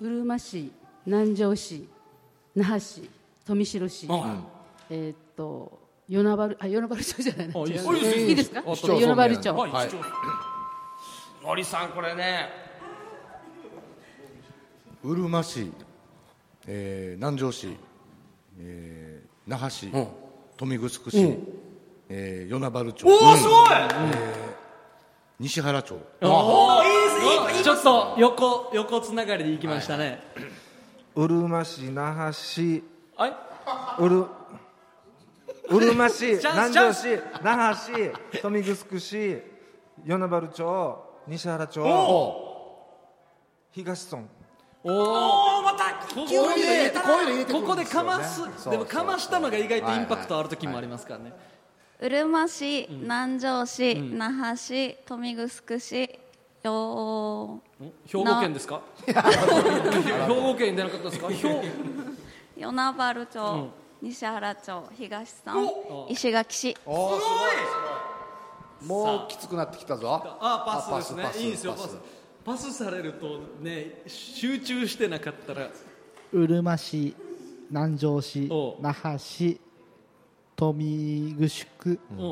うるま市、南城市、那覇市、富城市、
うん
えーっと与那原あ与那原町じゃないな
あいいっす
違う
いいっす
いいですか
いいっす
与那原町、
はい市長森さんこれね
うるま市、えー南城市、えー那覇市、豊見城市、えー与那原町
おーすごい
えー西原町
お
ーいいっすいいっすいいっす
ちょっと横横つながりで行きましたね、
うるま市、那覇市、
はいう
る、うるま
[LAUGHS]
市、
チャン
南
ス
城市、那覇市、豊見城市、与那原町、西原町、東村。
おおまたここ
勢いを入れ
で
たなこういうの入れてくる
こ
んですよね
こでかます
そうそう
でもかましたのが意外とインパクトある時もありますからね、
うるま市、南城市、
うん
那覇市、豊見城市、よ
兵庫県ですか兵庫県出なかった [LAUGHS] ですか兵
与那原町、
うん
西原町、東さん、石垣市。
おーすごいもうきつくなってきたぞ
あパスですね
パスパス
いいんですよパス
パ
パ
ス
スされるとね集中してなかったら
うるま市、南城市、那覇市、
富城区
おうおう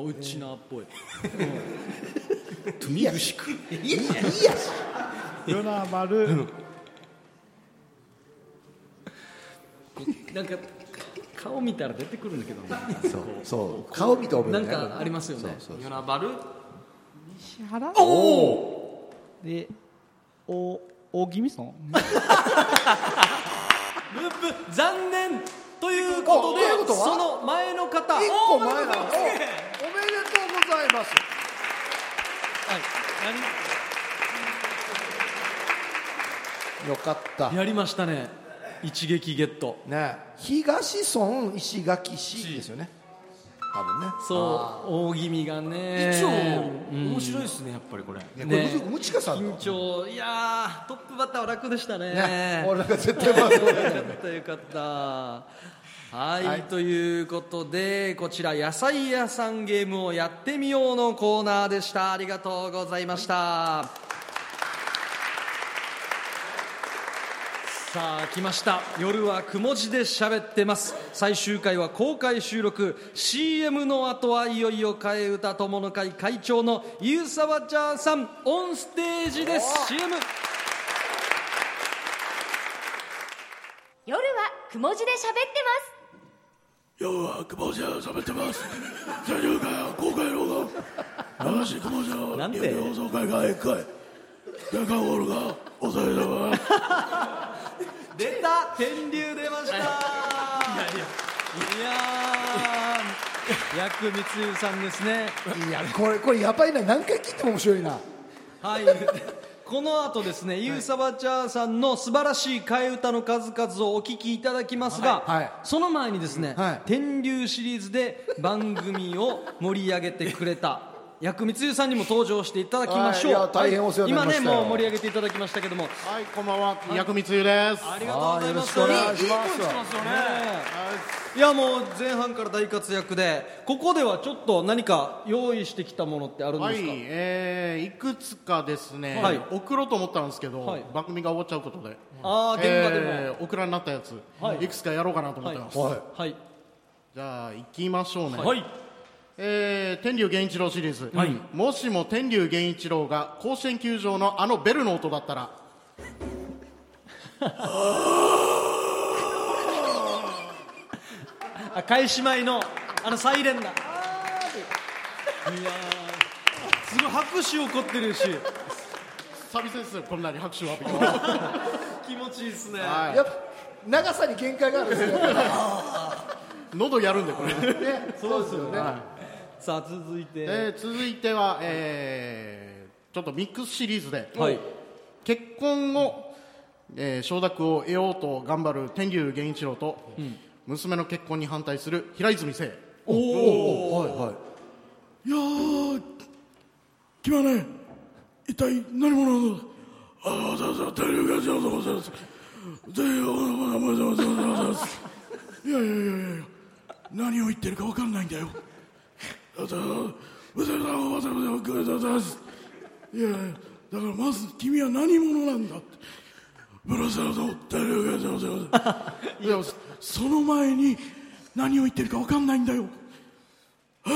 おううちなっぽい
富城区いいやし
与那丸
なんか顔見たら出てくるんだけどね
そうそう顔見て覚え
な
る
ん
ね
かありますよね
そうそう
与那原
西
原
お
でお大宜味村
ループ残念ということで
おということは
その前の方
一個
おー
前な
お
のおおめでとうございます
よかったやりましたね一撃ゲット
ね
東村石垣市ですよね
多分ね
そう大気味がね
一応
面白いですすねやっぱりこれ
ね
これむちかさん
緊張いやートップバッターは楽でしたね
ね俺なんか絶対
よ
バ
か
ッター
ったよかった [LAUGHS] はい、ということでこちら野菜屋さんゲームをやってみようのコーナーでしたありがとうございました、さあ来ました夜はくも字で喋ってます最終回は公開収録 CM の後はいよいよ替え歌友の会会長のゆうさわちゃんさんオンステージです CM
夜はくも字で喋ってます
今日は久保ちゃん喋ってます最終回は公開動画流し久保ちゃん
なん
の
で
有料放送会が1回大韓ホールが抑えたわ
出た天竜出ま [LAUGHS] したいやーヤクミツユさんですね
いやこれこれやばいな何回聞いても面白いな
はい。この後ですね、ゆうさばちゃんさんの素晴らしい替え歌の数々をお聞きいただきますが、その前にですね、天竜シリーズで番組を盛り上げてくれ
[LAUGHS]
た。薬味つゆさんにも登場していただきましょう。
はいいや大変お世話になりましたよ
今ね、もう盛り上げていただきましたけども。はい、こんばんは
薬味つゆです
ありがとうございます。
はいよろしくお願いします
いい声してよねいやもう前半から大活躍でここではちょっと何か用意してきたものってあるん
は
で
い
すか、、
えーいくつかですね、
はい
送ろうと思ったんですけど、
はい
番組が終わっちゃうことで、
あー現場でも
ーオクラになったやつ、
はい
い、くつかやろうかなと思ってます。
はいはい
じゃあ行きましょうね。
はい
えー天竜源一郎シリーズ、
はい
もしも天竜源一郎が甲子園球場のあのベルの音だったら
あ開始前のあのサイレンだいやーすごい拍手起こってるし
久々ですよこんなに拍手を浴びて
気持ちいいですね、
はい
やっぱ長さに限界があるんですよ
喉やるんでこれ、
ねそうですよね
さあ続いて、
えー続いては、えーちょっとミックスシリーズで、
はい
結婚を、えー承諾を得ようと頑張る天竜源一郎と、娘の結婚に反対する平泉成
おお
はいはい
いやー君はね一体何者なのだああそうそうテレビが上手ございますぜひお名前でお世話になりますいやいやいやいやいや何を言ってるか分かんないんだよそうそう娘さんお世話になりますいやいやだからまず君は何者なんだってブラザーのテレビが上手ございますいやその前に何を言ってるか分かんないんだよ
[LAUGHS]
え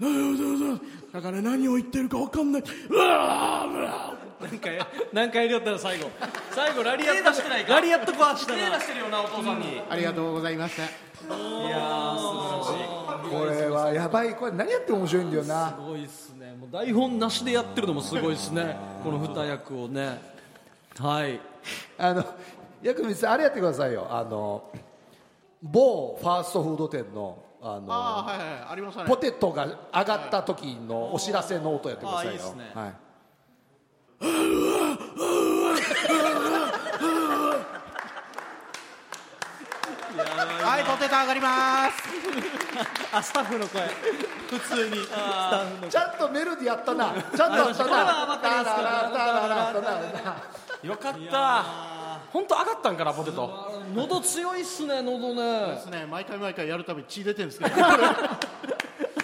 何を言ってるだから何を言ってるか分かんないうわーうわ
なんか何回やりよったら最後最後ラリアッ
手出してない
ト
か
ラリアット壊したな
手出してるよなお父さんに
ありがとうございました
いやー素晴らしい
これはやばいこれ何やっても面白いんだよな
すごいっすねもう台本なしでやってるのもすごいですねこの二役をねはい
あの薬味さんあれやってくださいよあの某ファーストフード店のあの
ああはいはいありましたね
ポテトが上がった時のお知らせの音やってくださいよ
あーいいっすね
はい
はいポテト上がります
あスタッフの声普通にスタッフの
ちゃんとメロディーやったなちゃんとやったなタララタララタラ
よかった本当上がったんかなポテト
喉強いっすね喉ね
ですね毎回毎回やるたび血出てるんですけど
じゃあ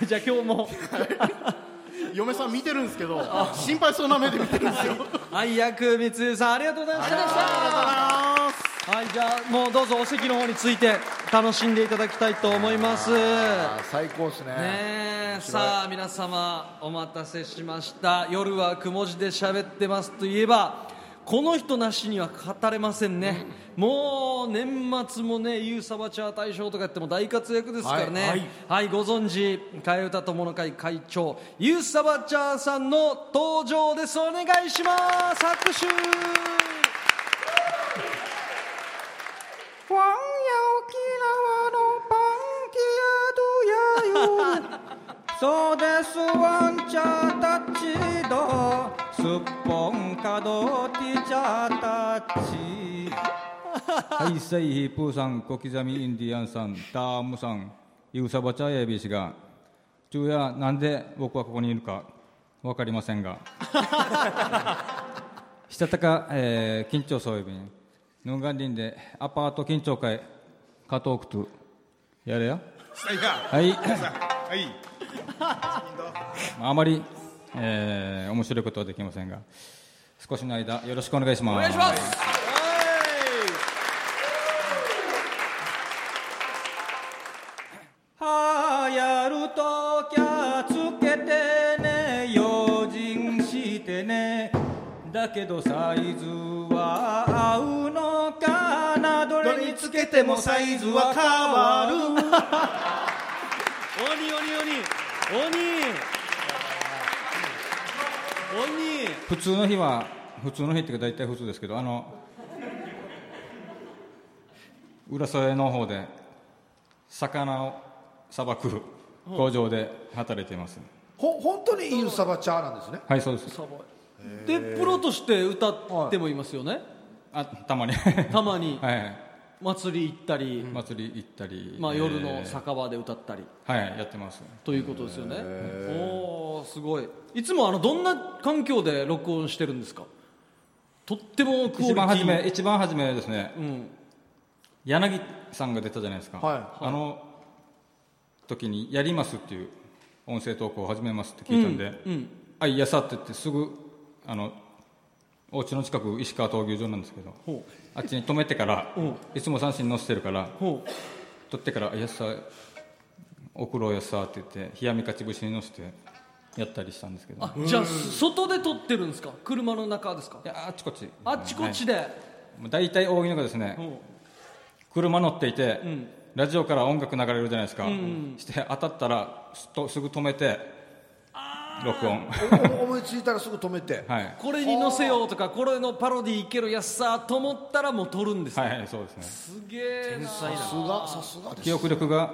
今日も
嫁さん見てるんですけど心配そうな目で見てるんですよ
はい、薬味つゆさん、ありがとうございました。はい、じゃあ、もうどうぞお席の方について、楽しんでいただきたいと思います
最高ですね
ねえさあ皆様お待たせしました夜はくも字で喋ってますといえばこの人なしには語れませんね、もう年末もね、ユーサバチャー大賞とかやっても大活躍ですからね、
は
はいい、
はい
ご存知、替え歌友の会会長、ユーサバチャーさんの登場です、お願いします、拍手。
ファンや沖縄のパンキアドヤよそうですワンチャーたちどすっぽんかどティチャーたち
はい、セイヒープーさん、小刻みインディアンさん、ダームさん、ユーサバチャー ABC が、昼夜、なんで僕はここにいるか分かりませんが、したたか、えー緊張そういびん、ヌンガンリンでアパート緊張会、加藤クトゥ、やれや。はい、
はい
あまり、えー面白いことはできませんが、少しの間、よろしくお願いし
お
ます。
願いします
はやるときゃつけてね用心してねだけどサイズは合うのかなどれにつけてもサイズは変わる
鬼鬼鬼鬼鬼
普通の日は普通の日っていうか大体普通ですけどあの浦添の方で魚をさばく工場で働いています
ほ本当にユーサバチャーなんですね
はいそうです
でプロとして歌ってもいますよね、
あたまに [LAUGHS]
たまに
はい
祭り行ったり、
祭り行ったり
まあ、夜
え
の
ー
酒場で歌ったり
はいやってます
ということですよね、おおすごいいつもあのどんな環境で録音してるんですかとってもクオリティ
一番初め一番初めですね、
うん
柳さんが出たじゃないですか、
はいはい
あの時に「やります」っていう音声投稿を始めますって聞いたんで「
うんうん
あいやさ」って言ってすぐあのお家の近く石川闘牛場なんですけどあっちに止めてからいつも三振乗せてるから取ってから「あいやさ送ろうやさ」って言って冷やみかち節に乗せてやったりしたんですけど
あじゃあ外で撮ってるんですか車の中ですか
あっちこっち
あっちこっちで、
もう大体大喜利のがですね、車乗っていて、ラジオから音楽流れるじゃないですか、
うん
して当たったらすっとすぐ止めて録音
お思いついたらすぐ止めて
はい
これに載せようとかこれのパロディいけるやっさーと思ったらもう撮るんですね、
はいそうですね
すげえな
さすがさすがです
記憶力が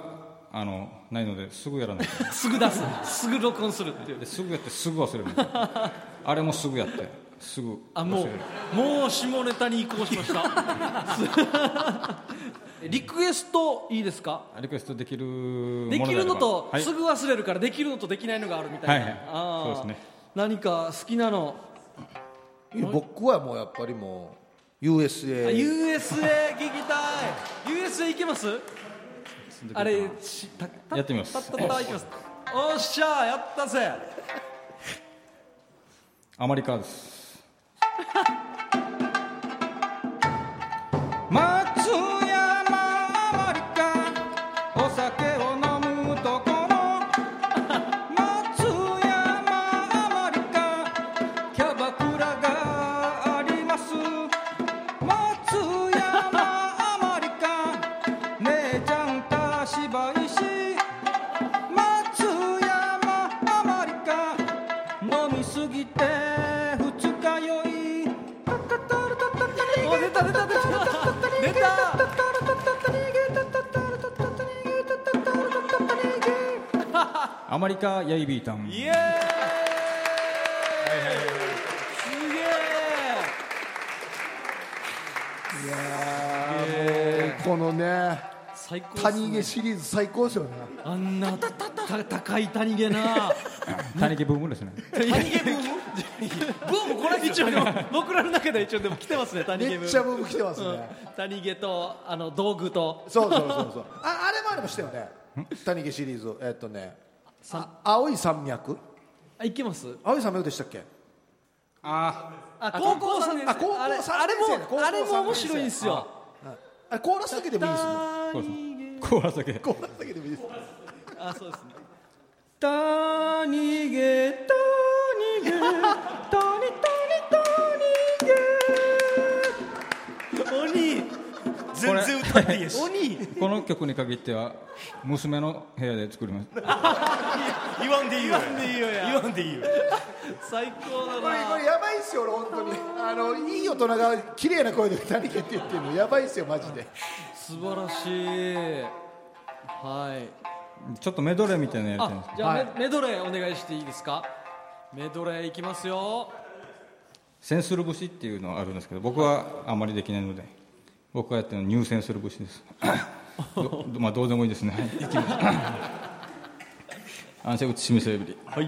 あのないのですぐやらない
すぐ出すすぐ録音するっていう
ですぐやってすぐ忘れるんですよあれもすぐやってすぐ
あも
忘れる
うもう下ネタに移行しました
[LAUGHS]
リクエストいいですか
リクエストできるもの
で
であ
き
れば
るのと
はい
すぐ忘れるからできるのとできないのがあるみたいな、
はいはい
あー
そうですね
何か好きなの
僕はもうやっぱりもう USA
あ USA 聞きたい USA いけますあれしたた
やってみます
たったったいきますおっしゃやったぜ
アマリ
[LAUGHS]
カです。松
山アマリカお酒を飲むところ松山アマリカキャバクラがあります松山アマリカ姉ちゃんた芝居し松山アマリカ飲みすぎて二日酔いお出た出た出た出た
アマリカヤイビータン。
イエーイ、
いやーもうこのね
最高っすね
谷毛シリーズ最高ですよね
すげえあんなたた高い谷毛な
谷毛ブームですね。
谷毛ブームブームこれ一応でも僕らの中では一応でも来てますね谷毛ブーム
めっちゃブーム来てますね
うん谷毛とあの道具と
そうそうそうそうああれもあれもしたよね谷毛シリーズえっとねあ青い山脈
あいけます
青い山脈でしたっけ
あ
あ高校3年生
あ高校
あれ
三年生だ高校
あれもあれも
三年生
面白いんですよ
ああれコーラスだけでもいいですもん
そうです
コーラスだけ
コーラスだけでもいいです
あそうですね
たにげたにげたに
たにげ鬼
全
然歌っていいし
鬼この曲に限っては娘の部屋で作りました
[LAUGHS] 言わんでいいよ言わんでいいよ
最高だな
これこれやばいっすよ俺本当にあのいい大人が綺麗な声で歌にけって言ってるのやばいっすよマジで
素晴らしいはい
ちょっとメドレーみたいなのやりたいんです
あじゃあ、メメドレーお願いしていいですかメドレーいきますよ
センスル節っていうのがあるんですけど僕はあまりできないので僕がやってるのは入選する節です [LAUGHS] どまあどうでもいいですねはい行きます [LAUGHS] 安静打ち示せエブリはい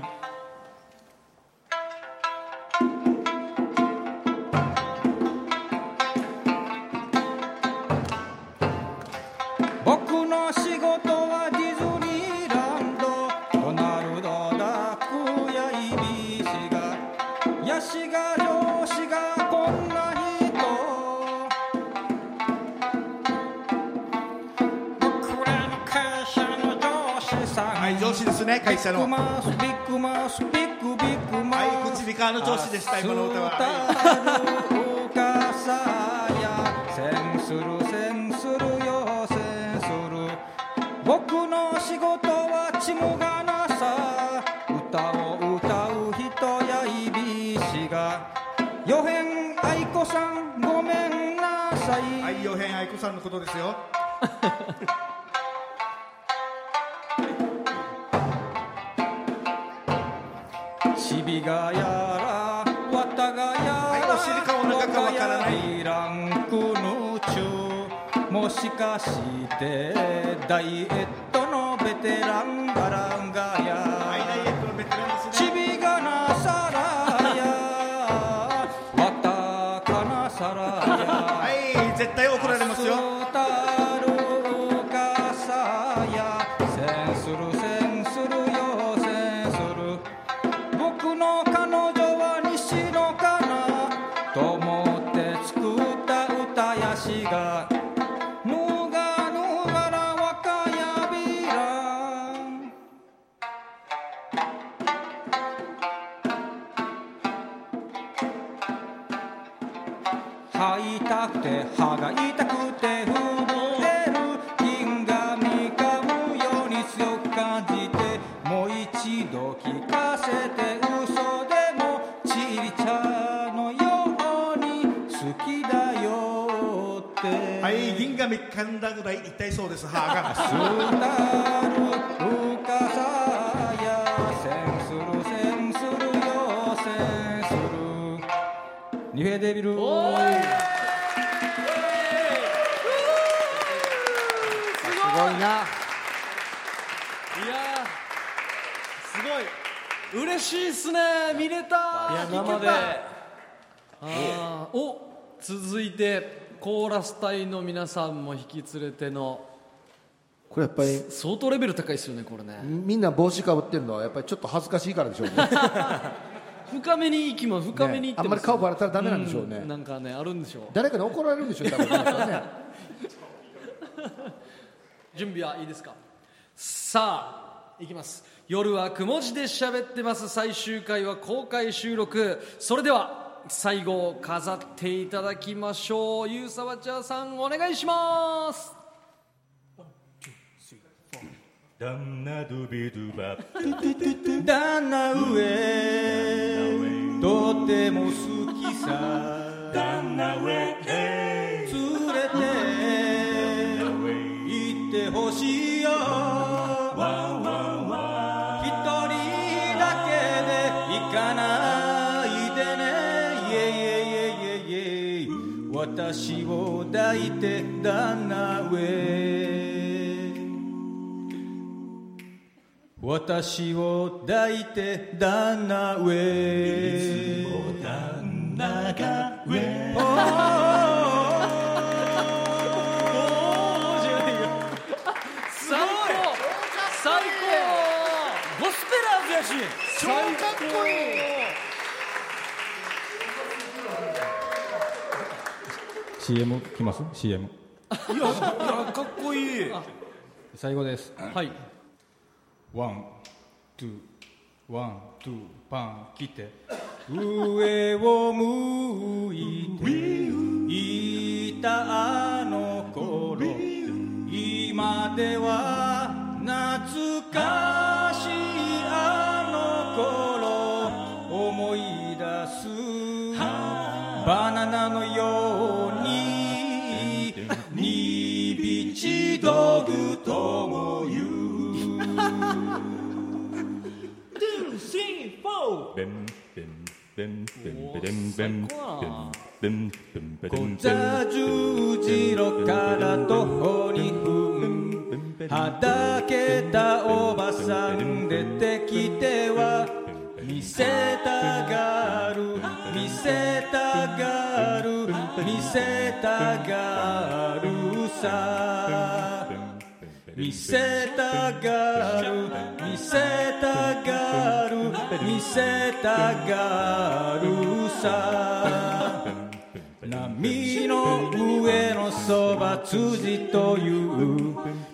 僕の仕事はディズニーランドドナルドダックやイビシがヤシが漁師がこんな人僕らの会社の上司さん
はい上司ですね会社の
ビッグマウスビッグマウスビッグビッグマウス
はい口美川の上司でした今の歌は
明日の朝やセンスるセンスるよセンスる僕の仕事はちむがなさ歌を歌う人やいびしがよへんあいこさんごめんなさい
はい洋平愛子さんのことですよ
シビがやらわたがやらお尻かお腹かわからないランクの中もしかしてダイエットのベテランガランガやチビがなさらやわたかなさらやはい絶対怒られますよセンスるセンスるよセンスる僕の彼女は西野かなと思って作った歌やしが「ぬがぬがら若やびらん」吐いたくて歯が痛くて震える金がみかむように強く感じてもう一度聞かせて嘘でもちり茶のように好きだよって
はい銀がみかんだぐらい痛いそうです歯
ス
[LAUGHS]
タル
が
浮かさやセンスるセンスるよセンスるニフェデビル
すごいいやーすごい嬉しいっすね見れた
いや
聞
生で
けたあーお続いてコーラス隊の皆さんも引き連れての
これやっぱり
相当レベル高いですよねこれね
みんな帽子かぶってるのはやっぱりちょっと恥ずかしいからでしょうね
深めに行きます深めに行
ねあ
ってます、
んまり顔バレたらダメなんでしょうね
んなんかねあるんでしょう
誰かに怒られるんでしょう多分
[LAUGHS] 準備はいいですかさあいきます夜はくも字で喋ってます最終回は公開収録それでは最後を飾っていただきましょうゆうさわちゃさんお願いします
ダンナドゥビドゥバ
旦那上とても好きさ旦那上連れて行ってほしいよ一人だけで行かないでねいえいえいえいえいえ私を抱いて旦那上私を抱いて旦那上いつも旦那が上
最高最高ゴスペラーズやし
超かっこいい
い
CM 来ます CM
いやいやかっこいい
最後です
はい
ワンツーワンツーパン来て上を向いていたあの頃今では懐かしいあの頃思い出すバナナのようににびちどぐとも言う
Two, three, four.
座十字路から徒歩2分はだけたおばさん出てきては見せたがる見せたがる見せたがるさ見せたがる見せたがる見せたがるさ波の上のそば辻という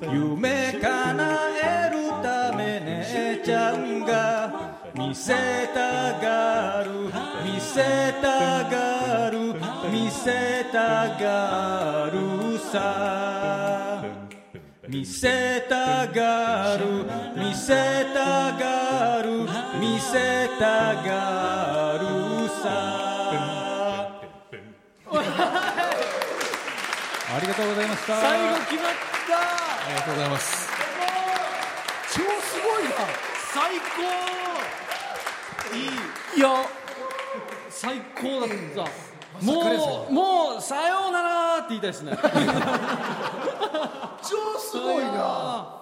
夢叶えるため姉ちゃんが見せたがる見せたがる見せたがるさ見せたがる見せたがる見せたがるさありがとうございました
最後決まった
ありがとうございます
超すごいな最高いいいや
最高だった
まさかですね
もうもうさようならって言いたいですね
超すごいな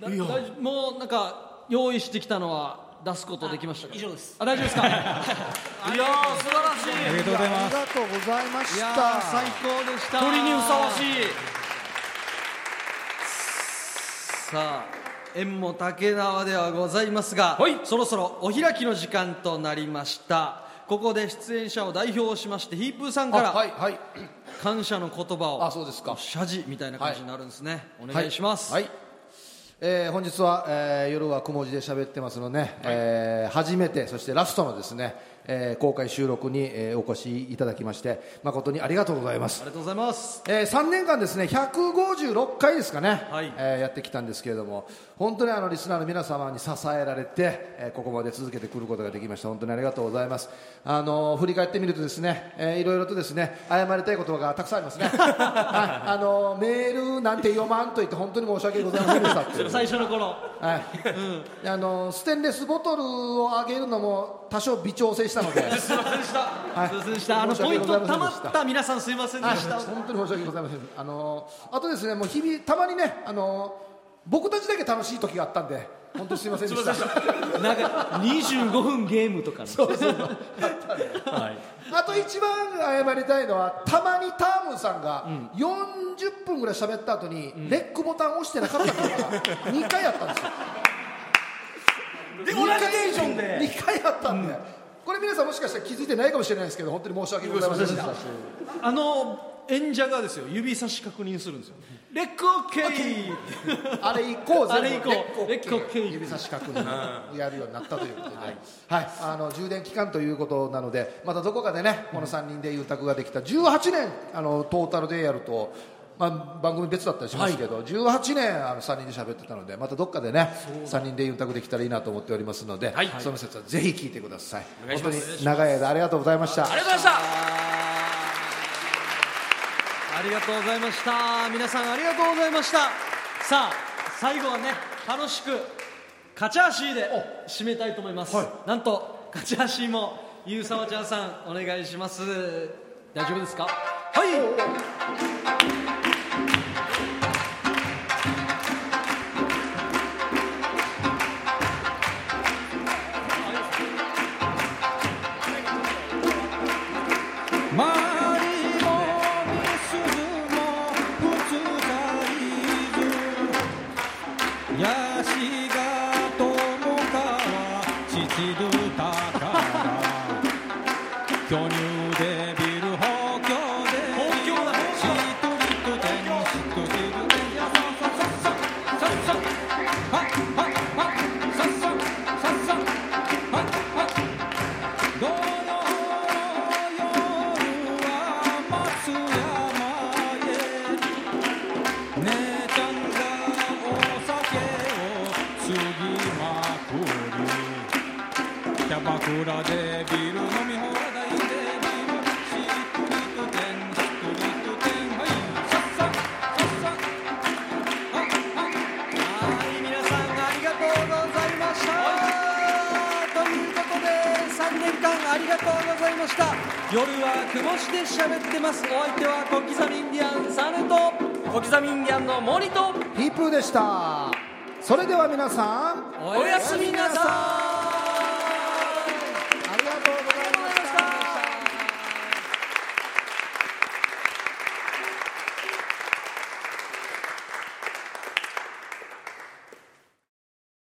だだいもうなんか用意してきたのは出すことできましたか以上ですあ大丈夫ですか [LAUGHS] いやー素晴らしい
ありがとうございますありがとうございました
いやー最高でした
鳥にふさわし
いさあ縁も竹縄ではございますが、そろそろお開きの時間となりましたここで出演者を代表しましてヒープーさんから、
あはいは
感謝の言葉を
あそうですか
謝辞みたいな感じになるんですね、お願いします、
はい、はい
えー本日は、えー夜はくも字で喋ってますので、えー初めてそしてラストのですね、えー公開収録に、えーお越しいただきまして誠にありがとうございます
ありがとうございます
えー3年間ですね156回ですかね、
はい
えーやってきたんですけれども本当にあのリスナーの皆様に支えられて、えーここまで続けてくることができました本当にありがとうございますあのー振り返ってみるとですね、えーいろいろとですね謝りたいことがたくさんあ
[LAUGHS]
りますねはいあのーメールなんて読まんと言って本当に申し訳ございませんでしたってい
[LAUGHS]
う
最初の頃
はいであのステンレスボトルをあげるのも多少微調整したので
[LAUGHS] すいませんでした、
はい
すいませんでしたあの
申し
ポイ
訳
ン
ござ
トた
いませんで
ま
した
った皆さんすいませんでした
はい本当に申し訳ございませんあのあとですねもう日々たまにねあの僕たちだけ楽しい時があったんで本 [LAUGHS] 当にすいませんでした
なんか25分ゲームとかそうそうそうはい
あと一番謝りたいのはたまにタームさんが40分ぐらい喋った後に、レックボタンを押してなかったことが2回あったんですよ
で同じテンションで
2回あったんで、これ皆さんもしかしたら気づいてないかもしれないですけど本当に申し訳ございませんでした
あの演者がですよ指差し確認するんですよレックオッケー
あれ以降
あれ以
全
降
部
レックオッケー
指差し確認やるようになったということで、はいあの充電期間ということなのでまたどこかでねこの3人でゆうたくができた18年あのトータルでやると、まあ、番組別だったりしますけど、18年あの3人で喋ってたのでまたどっかでね3人でゆうたくできたらいいなと思っておりますので、その説はぜひ聞いてください
お願いし
本
ます
当に長い間ありがとうございました
ありがとうございました
ありがとうございました皆さんありがとうございましたさあ最後はね楽しくカチャーシーで締めたいと思います、なんとカチャーシーもゆうさわちゃんさんお願いします大丈夫ですかはい
周りもみすずも不在ずやしがともかは父どたから巨乳でビル補強でしっとりと天使とビルでやささささささ
鎌倉でビール飲み放題でビールしっとりと天しっとりと天はいさっさ
はい皆さんありがとうございましたということで3年間ありがとうございました夜はくもして喋ってますお相手は小刻みインディアンサネと
小刻みインディアンの森と
ヒープーでしたそれでは皆さん
おやすみなさい